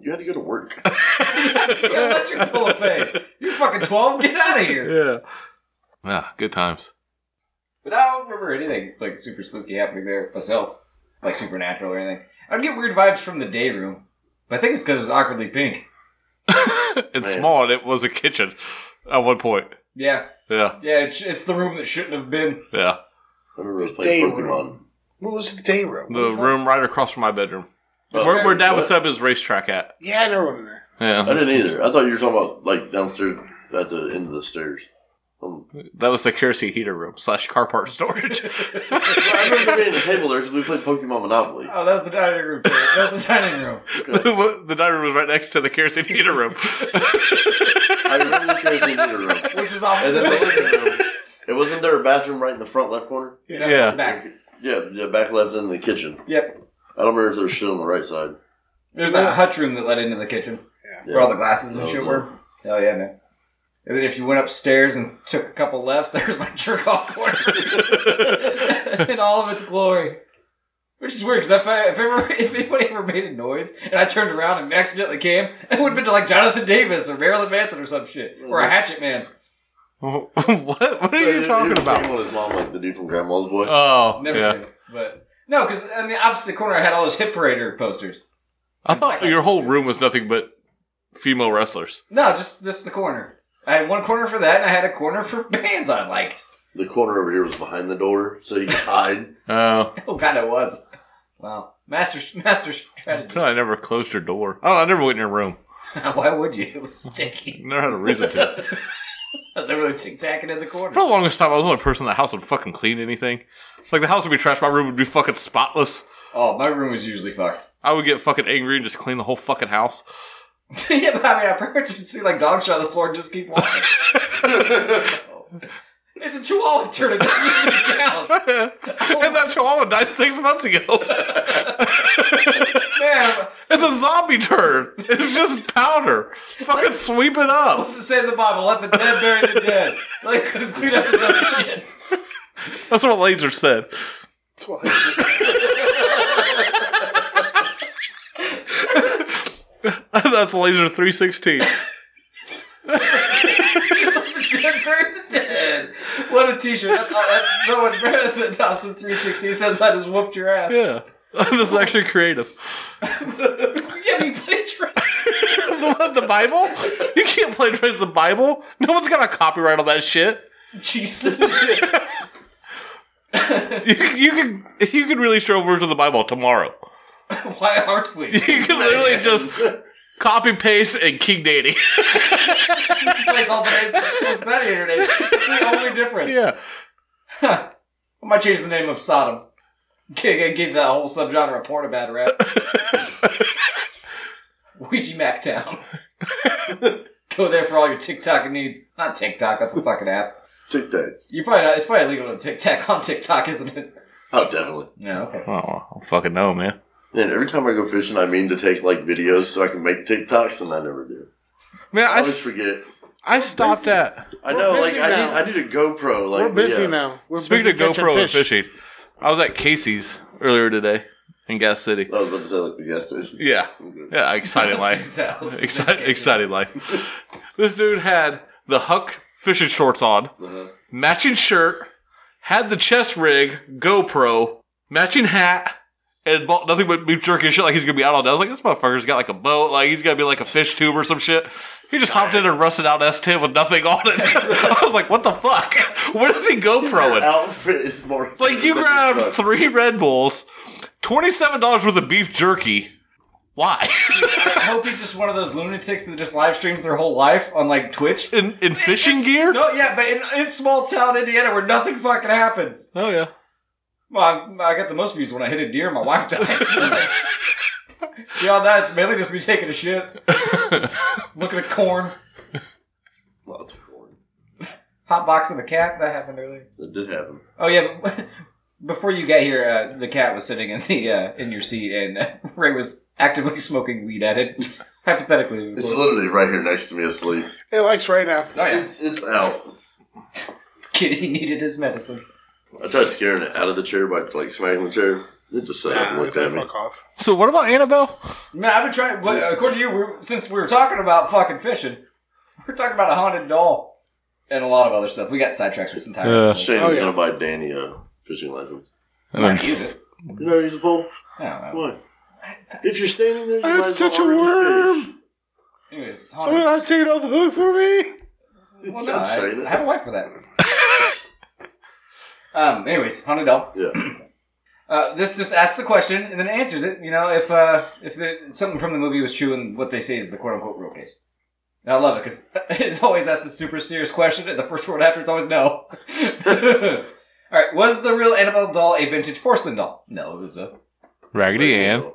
Speaker 2: You had to go to work.
Speaker 1: Yeah, electric bullet pay. You're fucking 12. Get out of here.
Speaker 4: Yeah. Yeah, good times.
Speaker 1: But I don't remember anything like super spooky happening there myself, like supernatural or anything. I'd get weird vibes from the day room, but I think it's because it was awkwardly pink.
Speaker 4: It's
Speaker 2: Man.
Speaker 4: small and it was a kitchen at one point.
Speaker 1: Yeah,
Speaker 4: Yeah.
Speaker 1: yeah, it's, it's the room that shouldn't have been.
Speaker 4: Yeah.
Speaker 2: I remember I was
Speaker 3: It's day
Speaker 2: playing Pokemon.
Speaker 3: room. What was the day room?
Speaker 4: The room right across from my bedroom.
Speaker 2: Oh,
Speaker 4: where, where dad
Speaker 2: what?
Speaker 4: would set up his racetrack at.
Speaker 3: Yeah, I never went in there.
Speaker 2: I
Speaker 4: Yeah.
Speaker 2: didn't either. I thought you were talking about like downstairs at the end of the stairs. Um,
Speaker 4: That was the kerosene heater room slash car part storage.
Speaker 2: I remember there being a table there because we played Pokemon Monopoly.
Speaker 1: Oh, that was the dining room. too. That was the dining room.
Speaker 4: the dining room was right next to the kerosene heater room.
Speaker 2: I remember the chairs in the living room,
Speaker 1: Which was off
Speaker 2: and
Speaker 1: the
Speaker 2: then the living room. It wasn't there a bathroom right in the front left corner?
Speaker 1: No,
Speaker 4: Yeah.
Speaker 1: back.
Speaker 2: Yeah, yeah, back left in the kitchen.
Speaker 1: Yep.
Speaker 2: I don't remember if there was shit on the right side.
Speaker 1: There's that hutch room that led into the kitchen
Speaker 2: Yeah.
Speaker 1: where all the glasses and
Speaker 2: That
Speaker 1: shit
Speaker 2: was
Speaker 1: were. Oh yeah, man. And then if you went upstairs and took a couple lefts, there's my jerk off corner in all of its glory. Which is weird because if, I, if ever if anybody ever made a noise and I turned around and accidentally came, it would have been to like Jonathan Davis or Marilyn Manson or some shit or a Hatchet Man.
Speaker 4: what? What are you
Speaker 2: Dude,
Speaker 4: talking
Speaker 2: dude
Speaker 4: about?
Speaker 2: came with his mom, like the dude from Grandma's Boy.
Speaker 4: Oh,
Speaker 1: Never
Speaker 4: yeah.
Speaker 1: seen it, but no, because in the opposite corner I had all those Hit Parader posters.
Speaker 4: I thought your whole room was nothing but female wrestlers.
Speaker 1: No, just just the corner. I had one corner for that, and I had a corner for bands I liked.
Speaker 2: the corner over here was behind the door, so he could hide.
Speaker 4: Oh,
Speaker 1: Oh god, it was. Wow, master master strategist.
Speaker 4: I never closed your door. Oh, I never went in your room.
Speaker 1: Why would you? It was sticky.
Speaker 4: Never had a reason to.
Speaker 1: I was over there tic tacking in the corner.
Speaker 4: For the longest time, I was the only person in the house would fucking clean anything. Like the house would be trashed, my room would be fucking spotless.
Speaker 1: Oh, my room was usually fucked.
Speaker 4: I would get fucking angry and just clean the whole fucking house.
Speaker 1: yeah, but I mean, I've heard you see like dogs shit on the floor and just keep walking. So, it's a chihuahua turn against the couch.
Speaker 4: and that chihuahua died six months ago.
Speaker 1: Man,
Speaker 4: It's a zombie turd. It's just powder. Fucking sweep it up.
Speaker 1: what's it say in the Bible? Let the dead bury the dead. Like, clean up his own shit.
Speaker 4: That's what Laser said.
Speaker 3: That's what I said.
Speaker 4: That's Laser 316.
Speaker 1: Let the dead bury the dead. What a t-shirt. That's, oh, that's so much better than Dawson 360 says I just whooped your ass.
Speaker 4: Yeah. That's actually creative.
Speaker 1: Yeah, you played trash.
Speaker 4: the, what, the Bible? You can't plagiarize the Bible. No one's got a copyright on that shit.
Speaker 1: Jesus.
Speaker 4: You, you could you could release your own version of the Bible tomorrow.
Speaker 1: Why aren't we?
Speaker 4: You can literally just copy paste and King Daddy.
Speaker 1: plays all the names of Gladiator names. It's the only difference. Huh. I might change the name of Sodom. Give, give that whole subgenre a porn a bad rap. Ouija Mactown. Go there for all your TikTok needs. Not TikTok, that's a fucking app.
Speaker 2: Tic Tac.
Speaker 1: You probably not, it's probably illegal to TikTok on TikTok, isn't it?
Speaker 2: Oh, definitely.
Speaker 1: No, okay.
Speaker 4: Oh, I don't fucking know, man.
Speaker 2: And every time I go fishing, I mean to take like videos so I can make TikToks, and I never do.
Speaker 4: Man,
Speaker 2: I
Speaker 4: I,
Speaker 2: always
Speaker 4: s-
Speaker 2: forget.
Speaker 4: I stopped at.
Speaker 2: I
Speaker 3: We're
Speaker 2: know, like
Speaker 3: busy
Speaker 2: I
Speaker 3: now.
Speaker 2: need, I need a GoPro. Like
Speaker 3: We're busy
Speaker 2: yeah.
Speaker 3: now. We're
Speaker 4: Speaking
Speaker 3: busy
Speaker 4: of
Speaker 3: catching
Speaker 4: GoPro and fishing, I was at Casey's earlier today in Gas City.
Speaker 2: I was about to say like the gas station.
Speaker 4: Yeah. Yeah, exciting
Speaker 1: That's
Speaker 4: life.
Speaker 1: good to know.
Speaker 4: Exciting, exciting life. This dude had the Huck fishing shorts on,
Speaker 2: Uh-huh.
Speaker 4: matching shirt, had the chest rig, GoPro, matching hat, and bought nothing but beef jerky and shit like he's gonna be out all day. I was like, this motherfucker's got like a boat, like he's gonna be like a fish tube or some shit. He just hopped in and rusted out S10 with nothing on it. I was like, what the fuck? Where does he GoProing?
Speaker 2: Outfit is more
Speaker 4: Like you grabbed
Speaker 2: Fuck.
Speaker 4: three Red Bulls, twenty seven dollars worth of beef jerky. Why?
Speaker 1: I hope he's just one of those lunatics that just live streams their whole life on like Twitch.
Speaker 4: in in fishing
Speaker 1: It's-
Speaker 4: gear?
Speaker 1: No, yeah, but in, in small town Indiana where nothing fucking happens.
Speaker 4: Oh yeah.
Speaker 1: Well, I, I got the most views when I hit a deer. My wife died. Beyond that, it's mainly just me taking a shit, looking at corn,
Speaker 2: Lots of corn.
Speaker 1: hot boxing the cat. That happened earlier.
Speaker 2: That did happen.
Speaker 1: Oh yeah, but before you got here, uh, the cat was sitting in the uh, in your seat, and uh, Ray was actively smoking weed at it. Hypothetically, of
Speaker 2: It's
Speaker 1: course.
Speaker 2: literally right here next to me asleep.
Speaker 3: It likes right now.
Speaker 1: oh yeah,
Speaker 2: It's it's out.
Speaker 1: kitty needed his medicine.
Speaker 2: I tried scaring it out of the chair by like smacking the chair. It just sat up and
Speaker 3: Nah,
Speaker 2: looked
Speaker 3: say
Speaker 2: at me.
Speaker 3: fuck off.
Speaker 4: So what about Annabelle?
Speaker 1: Man, I've been trying. But according to you, we're, since we were talking about fucking fishing, we're talking about a haunted doll and a lot of other stuff. We got sidetracked this entire.
Speaker 4: Yeah.
Speaker 1: episode.
Speaker 2: Shane's
Speaker 3: Oh, yeah.
Speaker 2: gonna buy Danny a fishing license.
Speaker 4: And then
Speaker 1: Use it.
Speaker 2: You know, use a pole.
Speaker 1: I don't know.
Speaker 2: Why? If you're standing there, you
Speaker 3: I
Speaker 2: might
Speaker 3: have
Speaker 2: as
Speaker 3: to touch a
Speaker 2: well already
Speaker 3: worm.
Speaker 2: fish.
Speaker 1: Anyways, it's
Speaker 3: Someone
Speaker 1: haunted.
Speaker 3: else take it off the hook for me.
Speaker 2: It's
Speaker 1: Well, no,
Speaker 2: not
Speaker 1: I,
Speaker 2: Shane.
Speaker 1: I have a wife for that. um. Anyways, haunted doll.
Speaker 2: Yeah.
Speaker 1: Uh, this just asks the question and then answers it. You know, if uh, if it, something from the movie was true and what they say is the quote unquote real case. And I love it because it's always asked the super serious question, and the first word after it's always no. All right, was the real Annabelle doll a vintage porcelain doll? No, it was a
Speaker 4: Raggedy Ann.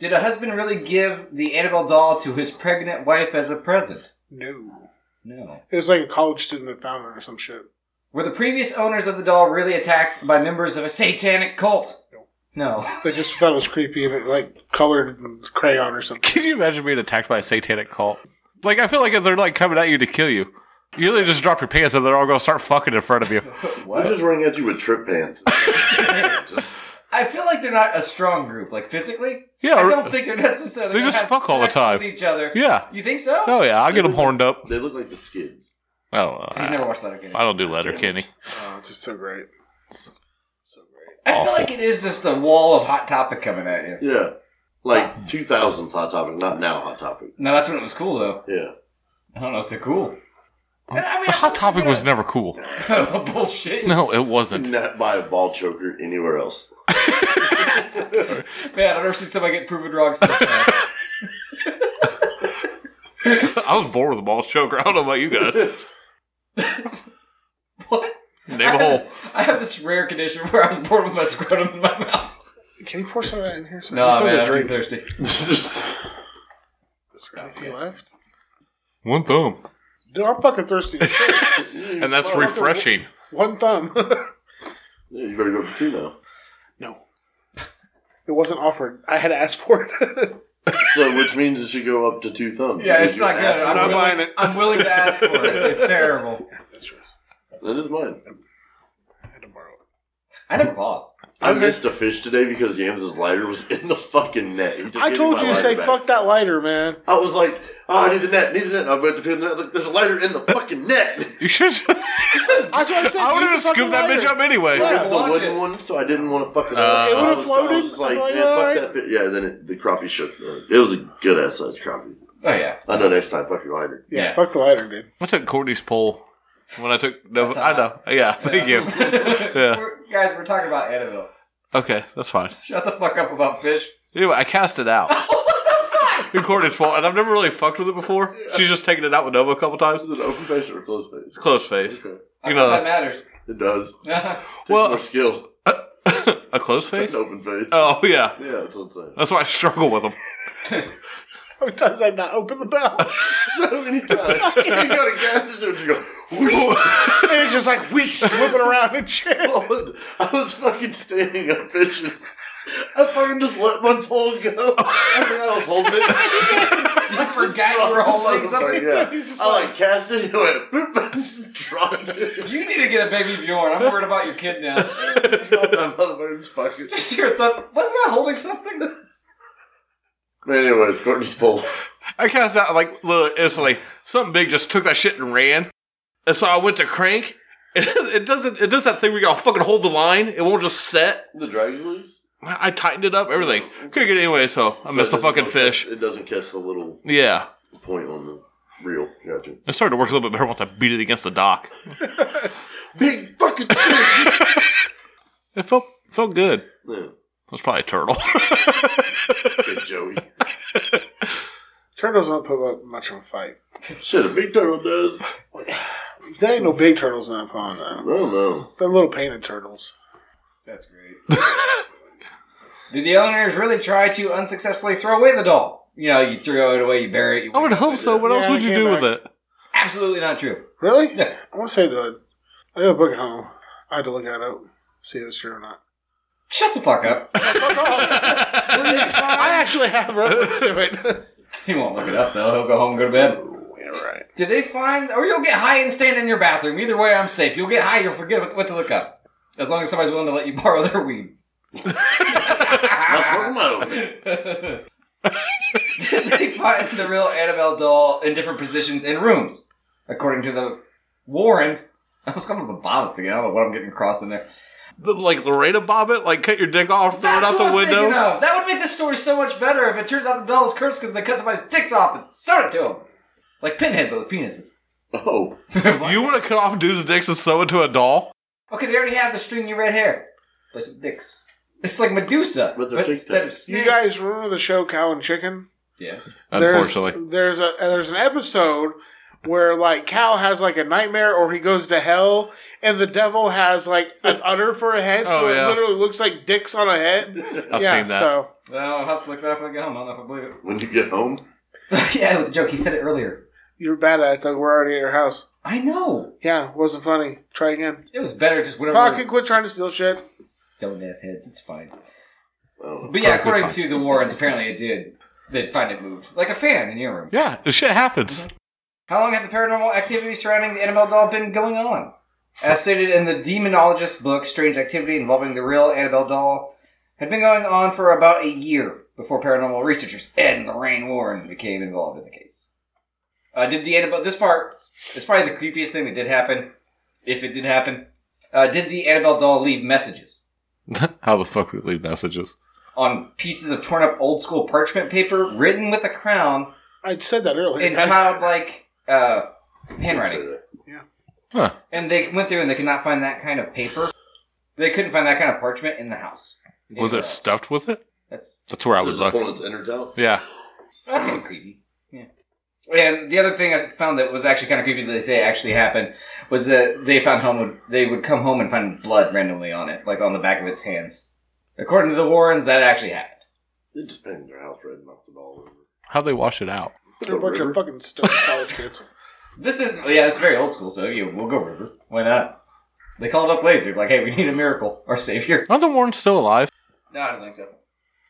Speaker 1: Did a husband really give the Annabelle doll to his pregnant wife as a present?
Speaker 3: No.
Speaker 1: No.
Speaker 3: It was like a college student that found it or some shit.
Speaker 1: Were the previous owners of the doll really attacked by members of a satanic cult? No.
Speaker 3: They just thought it was creepy and it like colored with crayon or something.
Speaker 4: Can you imagine being attacked by a satanic cult? Like I feel like if they're like coming at you to kill you, you literally just drop your pants and they're all gonna start fucking in front of you.
Speaker 2: I'm just running at you with trip pants. Just-
Speaker 1: I feel like they're not a strong group, like physically.
Speaker 4: Yeah,
Speaker 1: I
Speaker 4: or-
Speaker 1: don't think they're necessarily.
Speaker 4: They
Speaker 1: gonna
Speaker 4: just
Speaker 1: have
Speaker 4: fuck all the
Speaker 1: sex
Speaker 4: time.
Speaker 1: with each other.
Speaker 4: Yeah.
Speaker 1: You think so?
Speaker 4: Oh yeah, I'll get them horned up.
Speaker 2: they look like the skids.
Speaker 4: I don't know.
Speaker 1: He's never
Speaker 4: I,
Speaker 1: watched that again.
Speaker 4: Oh, uh, I don't do letter candy.
Speaker 3: Oh, it's just so great. So great.
Speaker 1: I feel like it is just a wall of hot topic coming at you.
Speaker 2: Yeah. Like 2000s Hot Topic, not now Hot Topic.
Speaker 1: No, that's when it was cool though.
Speaker 2: Yeah.
Speaker 1: I don't know if they're cool. I mean,
Speaker 4: The hot topic was never cool.
Speaker 1: bullshit.
Speaker 4: No, it wasn't.
Speaker 2: Not buy a ball choker anywhere else.
Speaker 1: Man, I've never seen somebody get proven wrong so fast.
Speaker 4: I was born with a ball choker. I don't know about you guys.
Speaker 1: what?
Speaker 4: Name
Speaker 1: I
Speaker 4: a
Speaker 1: have,
Speaker 4: hole.
Speaker 1: this, I have this rare condition where I was born with my scrotum in my mouth.
Speaker 3: Can you pour some of that in here? So
Speaker 1: No,
Speaker 3: it's like
Speaker 1: man,
Speaker 3: a
Speaker 1: I'm too
Speaker 3: drink.
Speaker 1: thirsty.
Speaker 3: Is there anything left?
Speaker 4: One thumb.
Speaker 3: Dude, I'm fucking thirsty.
Speaker 4: And that's refreshing.
Speaker 3: One thumb.
Speaker 2: Yeah, you better go for two now.
Speaker 3: no. It wasn't offered. I had to ask for it.
Speaker 2: So, which means it should go up to two thumbs.
Speaker 1: Yeah, it's not good.
Speaker 2: Ask
Speaker 1: I'm
Speaker 2: for
Speaker 1: not
Speaker 2: it.
Speaker 1: buying it. I'm willing to ask for it. It's terrible.
Speaker 2: That is mine.
Speaker 3: I had to borrow it.
Speaker 1: I never paused.
Speaker 2: I missed a fish today because Yams' lighter was in the fucking net. He just gave
Speaker 3: I
Speaker 2: me
Speaker 3: told
Speaker 2: my
Speaker 3: you to
Speaker 2: lighter
Speaker 3: say
Speaker 2: back.
Speaker 3: fuck that lighter, man.
Speaker 2: I was like, oh, I need the net, need the net. And I went to pick up the net. I was like, there's a lighter in the fucking net.
Speaker 4: You should.
Speaker 3: That's what I said.
Speaker 4: I would have
Speaker 3: Use the
Speaker 4: just scooped
Speaker 3: fucking
Speaker 4: that
Speaker 3: lighter.
Speaker 4: bitch up anyway.
Speaker 2: It
Speaker 1: Yeah,
Speaker 2: was the
Speaker 1: watch
Speaker 2: wooden
Speaker 1: it. Uh-huh.
Speaker 2: one, so I didn't want to fucking.
Speaker 4: It
Speaker 2: I
Speaker 3: would've
Speaker 2: was- I
Speaker 3: floated.
Speaker 2: was just like,
Speaker 3: I'm like,
Speaker 2: man, fuck
Speaker 3: alright.
Speaker 2: that fish. Yeah, then it, the crappie shook. uh, It was a good ass size crappie.
Speaker 1: Oh yeah.
Speaker 2: I know next time, fuck your lighter.
Speaker 3: Yeah,
Speaker 1: Yeah.
Speaker 3: fuck the lighter, dude.
Speaker 4: I took Courtney's poll when I took. No,
Speaker 1: That's
Speaker 4: I know. Yeah, thank you. Yeah.
Speaker 1: We're, guys, we're talking about Annabelle.
Speaker 4: Okay, that's fine.
Speaker 1: Shut the fuck up about fish.
Speaker 4: Anyway, I cast it out. what the fuck? Courtney's fault, and I've never really fucked with it before. She's just taken it out with Nova a couple times.
Speaker 2: Is it open face or closed face?
Speaker 4: Close face.
Speaker 2: Okay.
Speaker 4: You
Speaker 1: that
Speaker 4: know,
Speaker 1: matters.
Speaker 2: It does. Takes
Speaker 4: Well-
Speaker 2: more skill.
Speaker 4: a close face?
Speaker 2: An open face.
Speaker 4: Oh, yeah.
Speaker 2: Yeah, that's what I'm saying.
Speaker 4: That's why I struggle with them.
Speaker 3: Sometimes I not open the bell.
Speaker 4: Oh.
Speaker 2: so many times. you got a gas station, you go, whoosh.
Speaker 3: and it's just like we whipping around and shit.
Speaker 2: I was, I was fucking standing up fishing. I fucking just let my pole go. I forgot I was holding it.
Speaker 1: I forgot you were holding something.
Speaker 2: Yeah.
Speaker 3: He's just
Speaker 2: I like cast it and it went boop and just dropped it.
Speaker 1: You need to get a baby Bjorn. I'm worried about your kid now.
Speaker 2: Dropped that motherfucker's fucking.
Speaker 1: Just your thought. Wasn't I holding something?
Speaker 2: But anyways, Courtney's pole.
Speaker 4: I cast out like little instantly. Something big just took that shit and ran. And so I went to crank. It, doesn't. It does that thing where you gotta fucking hold the line. It won't just set.
Speaker 2: The drag's loose.
Speaker 4: I I tightened it up. Everything. Couldn't get it anyway. So I
Speaker 2: So
Speaker 4: missed
Speaker 2: it
Speaker 4: the
Speaker 2: doesn't
Speaker 4: fucking
Speaker 2: catch-
Speaker 4: fish.
Speaker 2: It doesn't catch the little
Speaker 4: Yeah.
Speaker 2: point on the reel. Gotcha.
Speaker 4: It started to work a little bit better once I beat it against the dock.
Speaker 2: Big fucking fish.
Speaker 4: It felt felt good. It
Speaker 2: yeah.
Speaker 4: was probably a turtle.
Speaker 2: Good Joey.
Speaker 3: Turtles don't put up much of a fight.
Speaker 2: Shit, a big turtle does. I
Speaker 3: There ain't no big turtles in that pond though.
Speaker 2: don't know.
Speaker 3: They're little painted turtles.
Speaker 1: That's great. Did the Eleanors really try to unsuccessfully throw away the doll? You know, you throw it away, you bury it.
Speaker 4: I
Speaker 1: You...
Speaker 4: would hope so. What
Speaker 3: Yeah,
Speaker 4: else would
Speaker 3: it
Speaker 4: you
Speaker 3: came
Speaker 4: do
Speaker 3: back.
Speaker 4: with it?
Speaker 1: Absolutely not true.
Speaker 3: Really?
Speaker 1: Yeah.
Speaker 3: I want to say that I got a book at home. I had to look at it up, see if it's true or not.
Speaker 1: Shut the fuck up.
Speaker 3: I actually have reference to it.
Speaker 1: He won't look it up though. He'll go home and go to bed.
Speaker 3: yeah, right.
Speaker 1: Did they find, or you'll get high and stand in your bathroom. Either way, I'm safe. You'll get high. You'll forget what- what to look up, as long as somebody's willing to let you borrow their weed.
Speaker 2: That's what I'm out.
Speaker 1: Did they find the real Annabelle doll in different positions in rooms? According to the Warrens, I was coming to the bottoms again. I don't know what I'm getting crossed in there.
Speaker 4: The- like Lorena Bobbitt, like cut your dick off, throw it out
Speaker 1: That's what
Speaker 4: the
Speaker 1: I'm
Speaker 4: window.
Speaker 1: thinking of. That would make this story so much better if it turns out the doll was cursed because they cut somebody's dicks off and sewed it to him. Like Pinhead, but with penises.
Speaker 2: Oh.
Speaker 4: You want to cut off dudes' dicks and sew it to a doll?
Speaker 1: Okay, they already have the stringy red hair. Play some dicks. It's like Medusa,
Speaker 2: With
Speaker 1: but,
Speaker 2: their tic
Speaker 1: instead of
Speaker 2: tacs.
Speaker 1: snakes.
Speaker 3: You guys remember the show Cow and Chicken?
Speaker 1: Yes.
Speaker 4: Unfortunately,
Speaker 3: there's, there's a there's an episode where like Cal has like a nightmare or he goes to hell and the devil has like an udder for a head, so
Speaker 4: Oh, yeah.
Speaker 3: it literally looks like dicks on a head.
Speaker 4: I've
Speaker 3: yeah,
Speaker 4: seen that.
Speaker 3: so
Speaker 1: Well, I'll have to look that up when I get home. I don't know if I believe
Speaker 2: When you get home,
Speaker 1: it. yeah, it was a joke. He said it earlier.
Speaker 3: you're bad at it. Though. We're already at your house.
Speaker 1: I know.
Speaker 3: Yeah, wasn't funny. Try again.
Speaker 1: It was better just whenever.
Speaker 3: Fucking quit trying to steal shit.
Speaker 1: stone ass heads. It's fine.
Speaker 2: Oh.
Speaker 1: But yeah,
Speaker 4: Perfectly
Speaker 1: according
Speaker 4: fine.
Speaker 1: to the Warrens, apparently it did. Did find it moved like a fan in your room.
Speaker 4: yeah, this shit happens.
Speaker 1: How long had the paranormal activity surrounding the Annabelle doll been going on? As stated in the demonologist's book, strange activity involving the real Annabelle doll had been going on for about a year before paranormal researchers Ed and Lorraine Warren became involved in the case. Uh, did the Annabelle this part is probably the creepiest thing that did happen, if it did happen. Uh, did the Annabelle doll leave messages
Speaker 4: How the fuck we leave messages?
Speaker 1: on pieces of torn up old school parchment paper written with a crown
Speaker 3: I said that earlier.
Speaker 1: in childlike uh, handwriting?
Speaker 4: Huh?
Speaker 1: And they went through and they could not find that kind of paper. They couldn't find that kind of parchment in the house.
Speaker 4: Was it stuffed with it?
Speaker 1: That's
Speaker 4: That's where I
Speaker 2: So
Speaker 4: would
Speaker 2: just
Speaker 4: look.
Speaker 2: pulling its innards out.
Speaker 4: Yeah,
Speaker 1: that's kind of creepy. Yeah. And the other thing I found that was actually kind of creepy that they say actually happened was that they found home would they would come home and find blood randomly on it, like on the back of its hands. According to the Warrens, that actually happened.
Speaker 2: They just painted their house red and knocked it all over.
Speaker 4: how they wash it out?
Speaker 3: They're a bunch
Speaker 2: River.
Speaker 3: of fucking stupid college kids.
Speaker 1: This is yeah, it's very old school. So yeah, we'll go river. Why not? They called up Laser like, "Hey, we need a miracle, our savior."
Speaker 4: Aren't the Warren's still alive?
Speaker 1: No, I don't think so.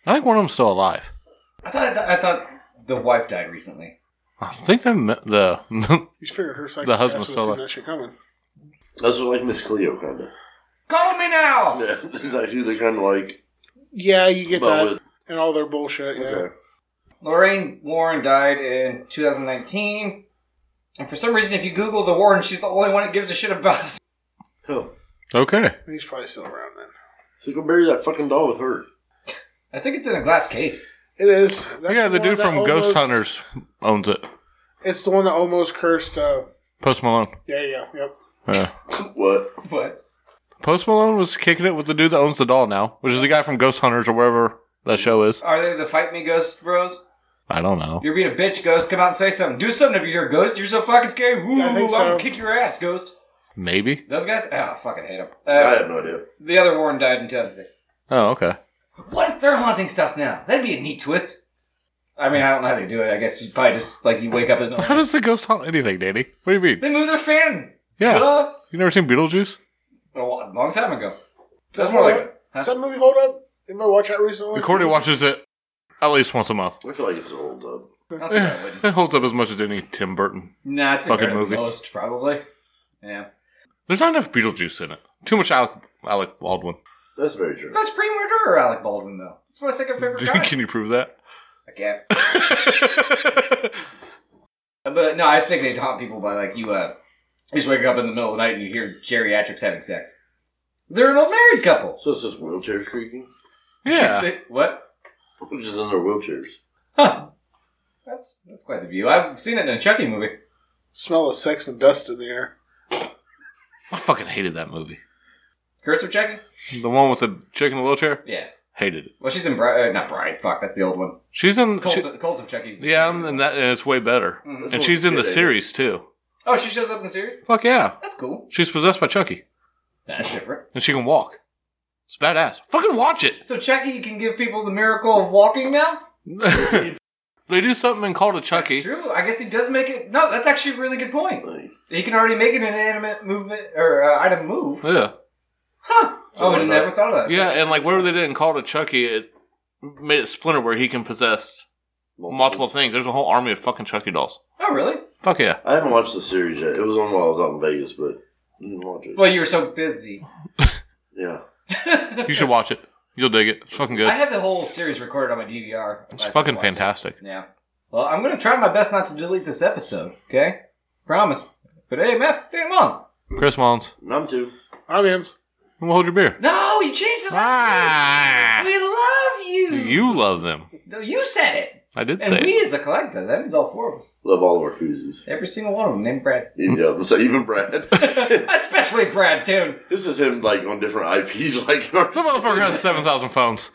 Speaker 4: I think one of them's still alive.
Speaker 1: I thought I thought the wife died recently.
Speaker 4: I think the the
Speaker 3: You just figured her psychic
Speaker 4: The
Speaker 3: the
Speaker 4: husband's
Speaker 3: husband would
Speaker 4: still
Speaker 3: see
Speaker 4: like-
Speaker 3: that shit coming.
Speaker 2: That's what like Miss Cleo kind of.
Speaker 1: Call me now.
Speaker 2: Yeah, is that who they kind of like?
Speaker 3: Yeah, you get
Speaker 2: But
Speaker 3: that.
Speaker 2: with-
Speaker 3: and all their bullshit. Yeah.
Speaker 2: Okay.
Speaker 1: Lorraine Warren died in 2019. And for some reason, if you Google the Warren, she's the only one that gives a shit about us.
Speaker 2: Hell,
Speaker 4: okay.
Speaker 3: He's probably still around then.
Speaker 2: so go bury that fucking doll with her.
Speaker 1: I think it's in a glass case.
Speaker 3: It is. That's
Speaker 4: yeah, the
Speaker 3: one
Speaker 4: dude
Speaker 3: that
Speaker 4: from Ghost
Speaker 3: almost-
Speaker 4: Hunters owns it.
Speaker 3: It's the one that almost cursed. Uh,
Speaker 4: Post Malone.
Speaker 3: yeah, yeah, yep.
Speaker 4: Yeah.
Speaker 2: What?
Speaker 1: But
Speaker 4: Post Malone was kicking it with the dude that owns the doll now, which is the guy from Ghost Hunters or wherever that show is.
Speaker 1: Are they the Fight Me Ghost Bros?
Speaker 4: I don't know.
Speaker 1: You're being a bitch, Ghost. Come out and say something. Do something if you hear a ghost. You're so fucking scary. Woo,
Speaker 3: I
Speaker 1: I'm
Speaker 3: think
Speaker 1: gonna
Speaker 3: so.
Speaker 1: kick your ass, Ghost.
Speaker 4: Maybe.
Speaker 1: Those guys? Oh, I fucking hate them.
Speaker 2: I
Speaker 1: Uh,
Speaker 2: have no idea.
Speaker 1: the other Warren died in 2006.
Speaker 4: Oh, okay.
Speaker 1: What if they're haunting stuff now? That'd be a neat twist. I mean, I don't know how they do it. I guess you probably just, like, you wake up in the
Speaker 4: How
Speaker 1: morning.
Speaker 4: does the ghost haunt anything, Danny? What do you mean?
Speaker 1: They move their fan.
Speaker 4: Yeah.
Speaker 1: Duh.
Speaker 4: You never seen Beetlejuice?
Speaker 1: A lo- long time ago. That's more like it. Huh?
Speaker 3: Does that movie hold up? Anybody watch that recently?
Speaker 4: Cordy watches it at least once a month. Eh,
Speaker 2: I feel like it's an old dub.
Speaker 1: I'll see that wouldn't.
Speaker 4: It holds up as much as any Tim Burton.
Speaker 1: Nah, it's
Speaker 4: Fucking
Speaker 1: a
Speaker 4: movie.
Speaker 1: movie. Most probably. Yeah,
Speaker 4: There's not enough Beetlejuice in it. Too much Alec, Alec Baldwin.
Speaker 2: That's very true.
Speaker 1: that's pre murderer Alec Baldwin though. It's my second favorite guy.
Speaker 4: Can you prove that?
Speaker 1: I can't. But no, I think they'd haunt people by like you. uh you Just wake up in the middle of the night and you hear geriatrics having sex. They're an old married couple.
Speaker 2: So it's just wheelchairs creaking?
Speaker 4: yeah.
Speaker 1: They- what?
Speaker 2: People just in their wheelchairs.
Speaker 1: Huh. That's that's quite the view. I've seen it in a Chucky movie.
Speaker 3: Smell of sex and dust in the air.
Speaker 4: I fucking hated that movie.
Speaker 1: Curse of Chucky.
Speaker 4: The one with the chick in the wheelchair?
Speaker 1: Yeah.
Speaker 4: Hated it.
Speaker 1: Well, she's in Bri- uh, not Bride. Fuck, that's the old one.
Speaker 4: She's in.
Speaker 1: Cult,
Speaker 4: She,
Speaker 1: Cult of Chucky's. the-
Speaker 4: yeah, and, and that and it's way better.
Speaker 1: Mhm.
Speaker 4: And she's in the series too.
Speaker 1: Oh, she shows up in the series.
Speaker 4: Fuck yeah.
Speaker 1: That's cool.
Speaker 4: She's possessed by Chucky.
Speaker 1: That's different.
Speaker 4: And she can walk. It's badass. Fucking watch it.
Speaker 1: So Chucky can give people the miracle of walking now.
Speaker 4: they do something and call it Chucky.
Speaker 1: That's true. I guess he does make it. No, that's actually a really good point.
Speaker 2: Like,
Speaker 1: He can already make an inanimate movement or uh, item move.
Speaker 4: Yeah.
Speaker 1: Huh?
Speaker 2: So
Speaker 1: I would
Speaker 2: why
Speaker 1: have
Speaker 2: not?
Speaker 1: never thought of that.
Speaker 4: Yeah, and like whatever they didn't call it Chucky, it made it Splinter where he can possess multiple things. There's a whole army of fucking Chucky dolls.
Speaker 1: Oh, really?
Speaker 4: Fuck yeah.
Speaker 2: I haven't watched the series yet. It was on while I was out in Vegas, but I didn't watch it.
Speaker 1: Well, you were so busy.
Speaker 2: yeah.
Speaker 4: You should watch it. You'll dig it. It's fucking
Speaker 1: I
Speaker 4: good.
Speaker 1: have the whole series recorded on my DVR.
Speaker 4: It's fucking fantastic.
Speaker 1: Yeah. Well, I'm gonna try my best not to delete this episode. Okay, promise. But hey, Meth, damn months.
Speaker 4: Chris Mullins,
Speaker 2: And I'm too.
Speaker 3: I'm Ems.
Speaker 4: we'll hold your beer.
Speaker 1: No, you changed the last
Speaker 4: Ah,
Speaker 1: word. We love you.
Speaker 4: you love them.
Speaker 1: No, you said it.
Speaker 4: I did
Speaker 1: And
Speaker 4: say it.
Speaker 1: we as a collective, that means all four of us.
Speaker 2: Love all of our koozies.
Speaker 1: Every single one of them named Brad.
Speaker 2: Yeah, so even Brad.
Speaker 1: Especially Brad Toon.
Speaker 2: this is him, like, on different IPs. Like,
Speaker 4: The motherfucker has 7,000 phones.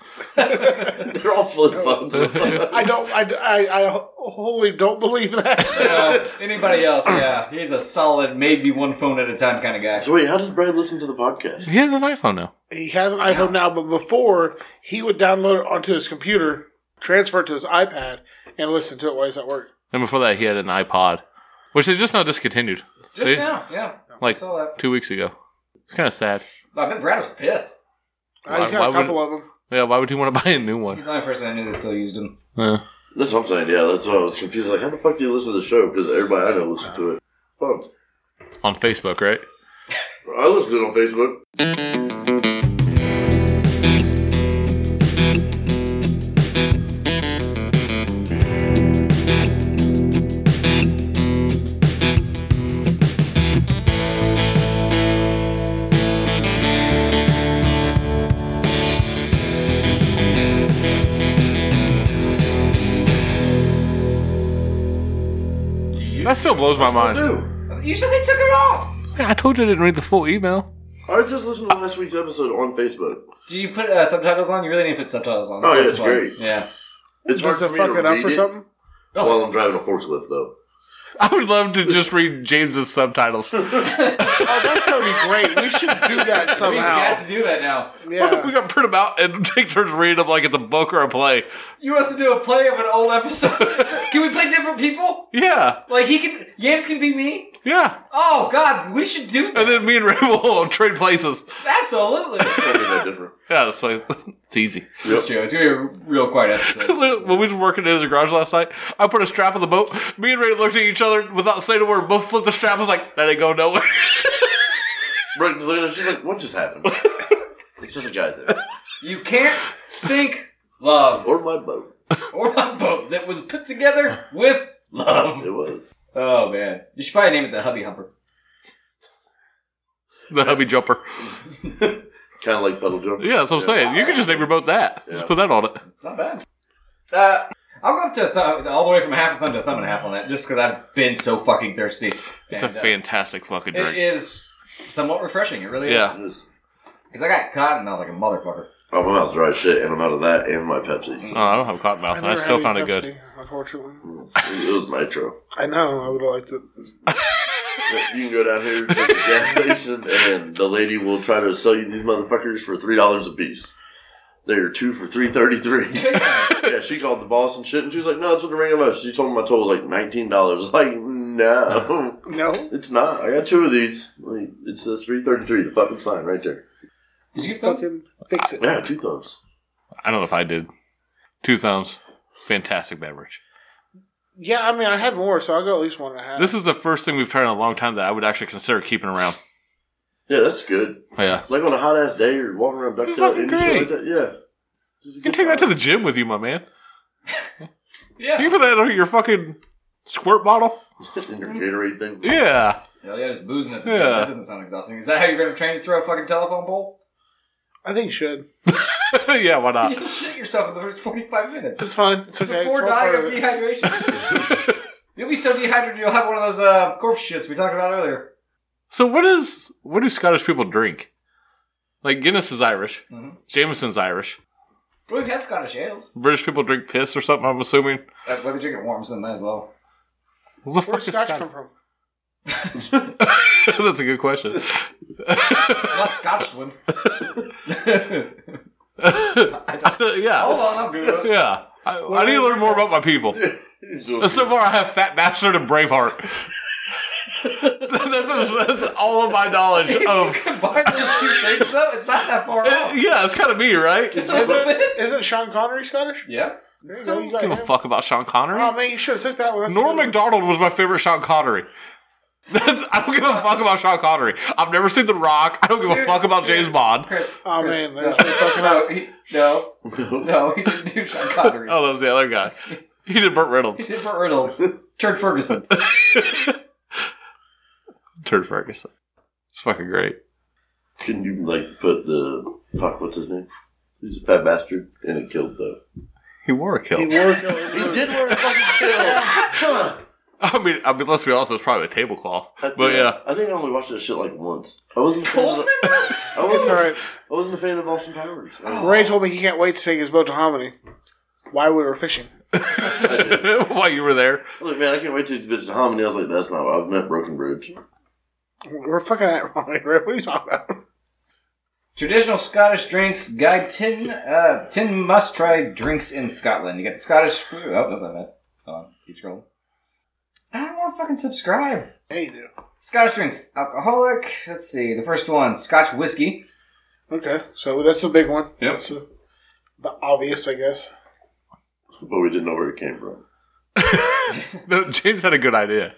Speaker 2: they're all flip phones.
Speaker 3: I don't. I, I, I wholly don't believe that.
Speaker 1: Uh, anybody else, yeah. He's a solid, maybe one phone at a time kind of guy.
Speaker 2: so, wait, how does Brad listen to the podcast?
Speaker 4: He has an iPhone now.
Speaker 3: he has an iPhone now, but before he would download it onto his computer, transfer it to his iPad, and listen to it while he's at work.
Speaker 4: And before that, he had an iPod, which they just now discontinued.
Speaker 1: Just
Speaker 4: They-
Speaker 1: now, yeah.
Speaker 4: Like
Speaker 1: I saw that.
Speaker 4: two weeks ago. It's kind of sad.
Speaker 1: I bet Brad was pissed.
Speaker 3: Uh, he's
Speaker 4: Why-
Speaker 3: got a
Speaker 4: why would-
Speaker 3: couple of them.
Speaker 4: Yeah, why would you want to buy a new one?
Speaker 1: He's the only person I knew that still used him.
Speaker 4: Yeah.
Speaker 2: That's what I'm saying. Yeah, that's why I was confused. Like, how the fuck do you listen to the show? Because everybody I know listens to it. Pumped.
Speaker 4: on Facebook, right?
Speaker 2: I listened to it on Facebook.
Speaker 4: That still blows my
Speaker 2: I
Speaker 4: mind.
Speaker 2: do.
Speaker 1: You said they took it off.
Speaker 4: I told you I didn't read the full email.
Speaker 2: I just listened to last week's episode on Facebook.
Speaker 1: Do you put uh, subtitles on? You really need to put subtitles on.
Speaker 2: Oh, yeah,
Speaker 1: That's
Speaker 2: it's
Speaker 1: fun.
Speaker 2: great.
Speaker 1: Yeah.
Speaker 2: It's hard for
Speaker 3: Does it
Speaker 2: me
Speaker 3: fuck
Speaker 2: to
Speaker 3: it up
Speaker 2: read
Speaker 3: or
Speaker 2: it
Speaker 3: something?
Speaker 2: while I'm driving a forklift, though.
Speaker 4: I would love to just read James's subtitles.
Speaker 3: Oh, that's gonna be great. We should do that
Speaker 2: Oh,
Speaker 1: We got
Speaker 3: somehow.
Speaker 1: to do that now.
Speaker 4: What if we
Speaker 3: Yeah.
Speaker 4: got print them out and take turns reading them like it's a book or a play?
Speaker 1: You want us to do a play of an old episode? can we play different people?
Speaker 4: Yeah,
Speaker 1: Like he can, Yams can be me.
Speaker 4: yeah.
Speaker 1: Oh God, we should do that.
Speaker 4: And then me and Ray will trade places.
Speaker 1: Absolutely.
Speaker 2: Probably no different.
Speaker 4: Yeah, that's why it's easy.
Speaker 1: That's true. It's gonna be a real quiet episode.
Speaker 4: When we were working in his garage last night, I put a strap on the boat. Me and Ray looked at each other without saying a word. Both flipped the strap. I was like, "That ain't going nowhere."
Speaker 2: Brooke, she's like, what just happened? it's just a guy there.
Speaker 1: You can't sink love
Speaker 2: Or my boat.
Speaker 1: or a boat that was put together with love.
Speaker 2: It was.
Speaker 1: Oh man, you should probably name it the Hubby Humper.
Speaker 4: the hubby jumper.
Speaker 2: Kind of like puddle jump.
Speaker 4: Yeah, that's what I'm saying. You could just name your boat that. Just put that on it.
Speaker 1: It's not bad.
Speaker 2: Ah.
Speaker 1: Uh, I'll go up to th- all the way from half a thumb to a thumb and a half on that, just because I've been so fucking thirsty.
Speaker 4: It's a
Speaker 1: And, uh,
Speaker 4: fantastic fucking drink.
Speaker 1: It is somewhat refreshing. It really
Speaker 4: Yeah.
Speaker 1: is.
Speaker 2: It was-
Speaker 1: Because I got caught and I was like a motherfucker.
Speaker 2: Oh, my mouth's dry as shit, and I'm out of that and my Pepsi.
Speaker 4: Oh, I don't have cotton mouth, and I
Speaker 3: never
Speaker 4: still
Speaker 3: had
Speaker 4: found
Speaker 3: any
Speaker 4: it good.
Speaker 3: Pepsi, Unfortunately,
Speaker 2: It was nitro.
Speaker 3: I know. I would have liked it.
Speaker 2: But you can go down here to the gas station, and the lady will try to sell you these motherfuckers for three dollars a piece. They are two for three thirty three. yeah, she called the boss and shit, and she was like, "No, it's what the ring of most." She told me my total was like nineteen dollars. Like, no,
Speaker 3: No.
Speaker 2: it's not. I got two of these. Like, it says three thirty three. The fucking sign right there.
Speaker 1: Did you fuck?
Speaker 3: Fucking fix it.
Speaker 2: Yeah, two thumbs.
Speaker 4: I don't know if I did. Two thumbs. Fantastic beverage.
Speaker 3: Yeah, I mean, I had more, so I got at least one and a half.
Speaker 4: This is the first thing we've tried in a long time that I would actually consider keeping around.
Speaker 2: Yeah, that's good.
Speaker 4: Yeah.
Speaker 2: It's like on a hot ass day, you're walking around Bechtel and
Speaker 4: fucking
Speaker 2: shit like
Speaker 4: great.
Speaker 2: that. Yeah. Just a
Speaker 4: You can
Speaker 2: good
Speaker 4: take that to
Speaker 2: time.
Speaker 4: the gym with you, my man. You
Speaker 1: Yeah.
Speaker 4: can put that on your fucking squirt bottle.
Speaker 2: in your Gatorade thing.
Speaker 4: Yeah.
Speaker 1: Hell yeah, just boozing at the
Speaker 4: Yeah.
Speaker 1: gym. That doesn't sound exhausting. Is that how you're going to train to throw a fucking telephone pole?
Speaker 3: I think you should.
Speaker 4: yeah, why not?
Speaker 1: You'll shit yourself in the first 45 minutes.
Speaker 3: It's fine. It's okay.
Speaker 1: Before
Speaker 3: it's all part
Speaker 1: dying
Speaker 3: of
Speaker 1: of
Speaker 3: it.
Speaker 1: dehydration. you'll be so dehydrated you'll have one of those uh, corpse shits we talked about earlier.
Speaker 4: So what is what do Scottish people drink? Like Guinness is Irish,
Speaker 3: Mm-hmm.
Speaker 1: Mhm.
Speaker 4: Jameson's Irish.
Speaker 1: But we've had Scottish ales.
Speaker 4: British people drink piss or something. I'm assuming.
Speaker 1: Uh, whether you drink it warm, so might as well.
Speaker 4: Where the
Speaker 3: Where
Speaker 4: fuck
Speaker 3: does
Speaker 4: is
Speaker 3: scotch
Speaker 4: Scottish?
Speaker 3: come from?
Speaker 4: That's a good question.
Speaker 1: Not Scotchland. Hold
Speaker 3: Oh.
Speaker 4: yeah,
Speaker 1: on, I'll Google it.
Speaker 4: yeah. I, I need to learn more about my people. So far, I have Fat Bastard and Braveheart. that's, that's all of my knowledge of.
Speaker 1: Combine those two things, though, it's not that far off.
Speaker 4: Uh, Yeah, it's kind of me, right?
Speaker 1: Isn't it?
Speaker 3: Isn't Sean Connery Scottish?
Speaker 1: Yeah.
Speaker 3: There you
Speaker 4: I
Speaker 3: go. You
Speaker 4: don't
Speaker 3: got
Speaker 4: give a
Speaker 3: him.
Speaker 4: fuck about Sean Connery.
Speaker 3: Oh man, you should have took that one. That's
Speaker 4: Norm
Speaker 3: a good
Speaker 4: McDonald was my favorite Sean Connery. That's, I don't give a fuck about Sean Connery. I've never seen The Rock. I don't give a fuck about James Bond.
Speaker 1: Chris.
Speaker 3: one. Oh
Speaker 1: Chris,
Speaker 3: man,
Speaker 1: no,
Speaker 3: there's your fucking
Speaker 1: no, he, no,
Speaker 2: far.
Speaker 1: no, he didn't do Sean Connery.
Speaker 4: Oh, that was the other guy. He did Burt
Speaker 1: He
Speaker 4: Reynolds.
Speaker 1: did Burt Reynolds. Turned Ferguson.
Speaker 4: Turd Ferguson. It's fucking great.
Speaker 2: Couldn't you like put the fuck? What's his name? He's a fat bastard, and it killed though.
Speaker 4: He wore a
Speaker 3: He
Speaker 4: kilt.
Speaker 3: wore a kilt.
Speaker 2: He did wear a fucking kill.
Speaker 4: I mean, I mean, let's be honest, it's probably a tablecloth. But yeah,
Speaker 2: I think I only watched that shit like once. I wasn't. A fan of,
Speaker 1: Cold member?
Speaker 2: I wasn't,
Speaker 3: It's all right.
Speaker 2: I wasn't a fan of Austin Powers. I,
Speaker 3: Ray told me he can't wait to take his boat to Hominy. While we were fishing,
Speaker 4: while you were there,
Speaker 2: I was like, man, I can't wait to bitch to Hominy. I was like, that's not. What, I've met Broken Bridge.
Speaker 3: we're fucking at Hominy, Ray. What are you talking about?
Speaker 1: Traditional Scottish drinks guide 10, uh, 10 must try drinks in Scotland. You got the Scottish food. Oh, no, no, no. Hold on. Keep scrolling. I don't want to fucking subscribe.
Speaker 3: Yeah, you do.
Speaker 1: Scottish drinks. Alcoholic. Let's see. The first one Scotch whiskey.
Speaker 3: Okay, so that's the big one.
Speaker 1: Yep.
Speaker 3: That's the, the obvious, I guess.
Speaker 2: But we didn't know where it came from.
Speaker 4: no, James had a good idea.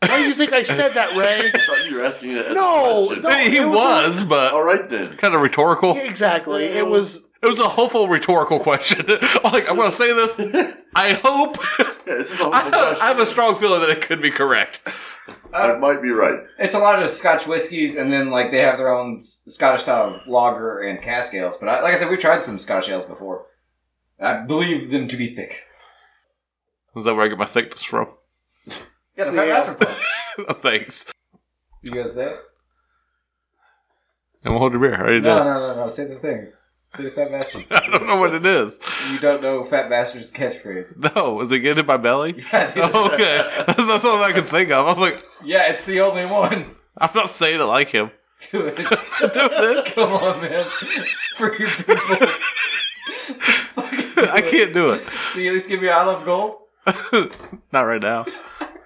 Speaker 3: Why do you think I said that, Ray?
Speaker 2: I thought you were asking that. as a
Speaker 3: No,
Speaker 2: question.
Speaker 3: no.
Speaker 4: he
Speaker 3: it was
Speaker 4: was, but
Speaker 2: All right then.
Speaker 4: kind of rhetorical.
Speaker 3: exactly. It was.
Speaker 4: It was a hopeful rhetorical question. I'm like, I'm going to say this. I hope.
Speaker 3: Oh
Speaker 2: Yeah, this is a whole
Speaker 4: I have, I have a
Speaker 2: question.
Speaker 4: strong feeling that it could be correct.
Speaker 2: I might be right.
Speaker 1: It's a lot of just Scotch whiskeys, and then like they have their own s- Scottish style lager and cask ales. But I, like I said, we've tried some Scottish ales before. I believe them to be thick.
Speaker 4: Is that where I get my thickness from?
Speaker 1: Yeah, the
Speaker 3: See,
Speaker 1: Fat
Speaker 3: yeah.
Speaker 1: Bastard Pub.
Speaker 4: Thanks.
Speaker 1: You guys say it?
Speaker 4: And we'll hold your beer. I already
Speaker 1: No,
Speaker 4: did.
Speaker 1: no, no, no. Say the thing. Say the Fat Bastard.
Speaker 4: I don't know what it is.
Speaker 1: You don't know Fat Bastard's catchphrase.
Speaker 4: No, is it getting in my belly?
Speaker 1: Yeah, dude.
Speaker 4: Oh, okay, that's, that's all I could think of. I was like,
Speaker 1: Yeah, it's the only one.
Speaker 4: I'm not saying it like him.
Speaker 1: Do it. Come on, man. For your people. Fucking do
Speaker 4: I
Speaker 1: it.
Speaker 4: can't do it.
Speaker 1: Can you at least give me I love gold?
Speaker 4: Not right now.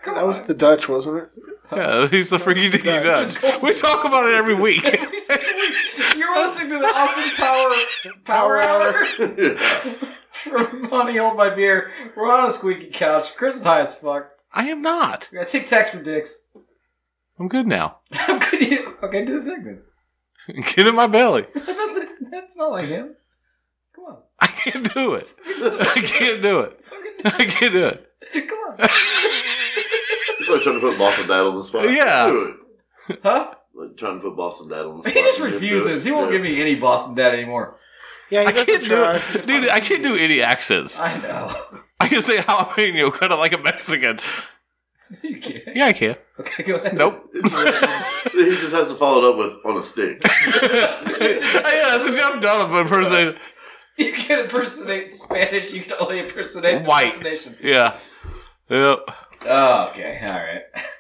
Speaker 3: That was the Dutch, wasn't it?
Speaker 4: Yeah, he's the freaky dinky Dutch. We talk about it every week.
Speaker 1: Every single week. You're listening to the awesome power power hour from Money Hold My Beer. We're on a squeaky couch. Chris is high as fuck.
Speaker 4: I am not.
Speaker 1: We got tic tacs for dicks.
Speaker 4: I'm good now.
Speaker 1: How could you? Okay, do the thing then.
Speaker 4: Get in my belly.
Speaker 1: That doesn't- That's not like him. Come on.
Speaker 4: I can't do it. I can't do it.
Speaker 1: Fucking
Speaker 4: I can't do it.
Speaker 1: Come on.
Speaker 2: It's like trying to put Boston Dad on the spot.
Speaker 4: Yeah.
Speaker 2: Do it.
Speaker 1: Huh?
Speaker 2: Like trying to put Boston Dad on the spot.
Speaker 1: He just
Speaker 2: You didn't do
Speaker 1: refuses.
Speaker 2: it.
Speaker 1: He won't
Speaker 2: Yeah.
Speaker 1: give me any Boston dad anymore.
Speaker 3: Yeah, he
Speaker 4: I
Speaker 3: doesn't
Speaker 4: can't do
Speaker 3: try.
Speaker 4: it. Dude, I can't do any accents.
Speaker 1: I know.
Speaker 4: I can say jalapeno, kind of like a Mexican.
Speaker 1: you can't.
Speaker 4: Yeah, I can.
Speaker 1: Okay, go ahead.
Speaker 4: Nope.
Speaker 2: he just has to follow it up with on a stick.
Speaker 4: yeah, that's a Jeff Donovan impersonation.
Speaker 1: You can impersonate Spanish. You can only impersonate
Speaker 4: White.
Speaker 1: impersonation.
Speaker 4: Yeah. Yep.
Speaker 1: Oh, okay, all right.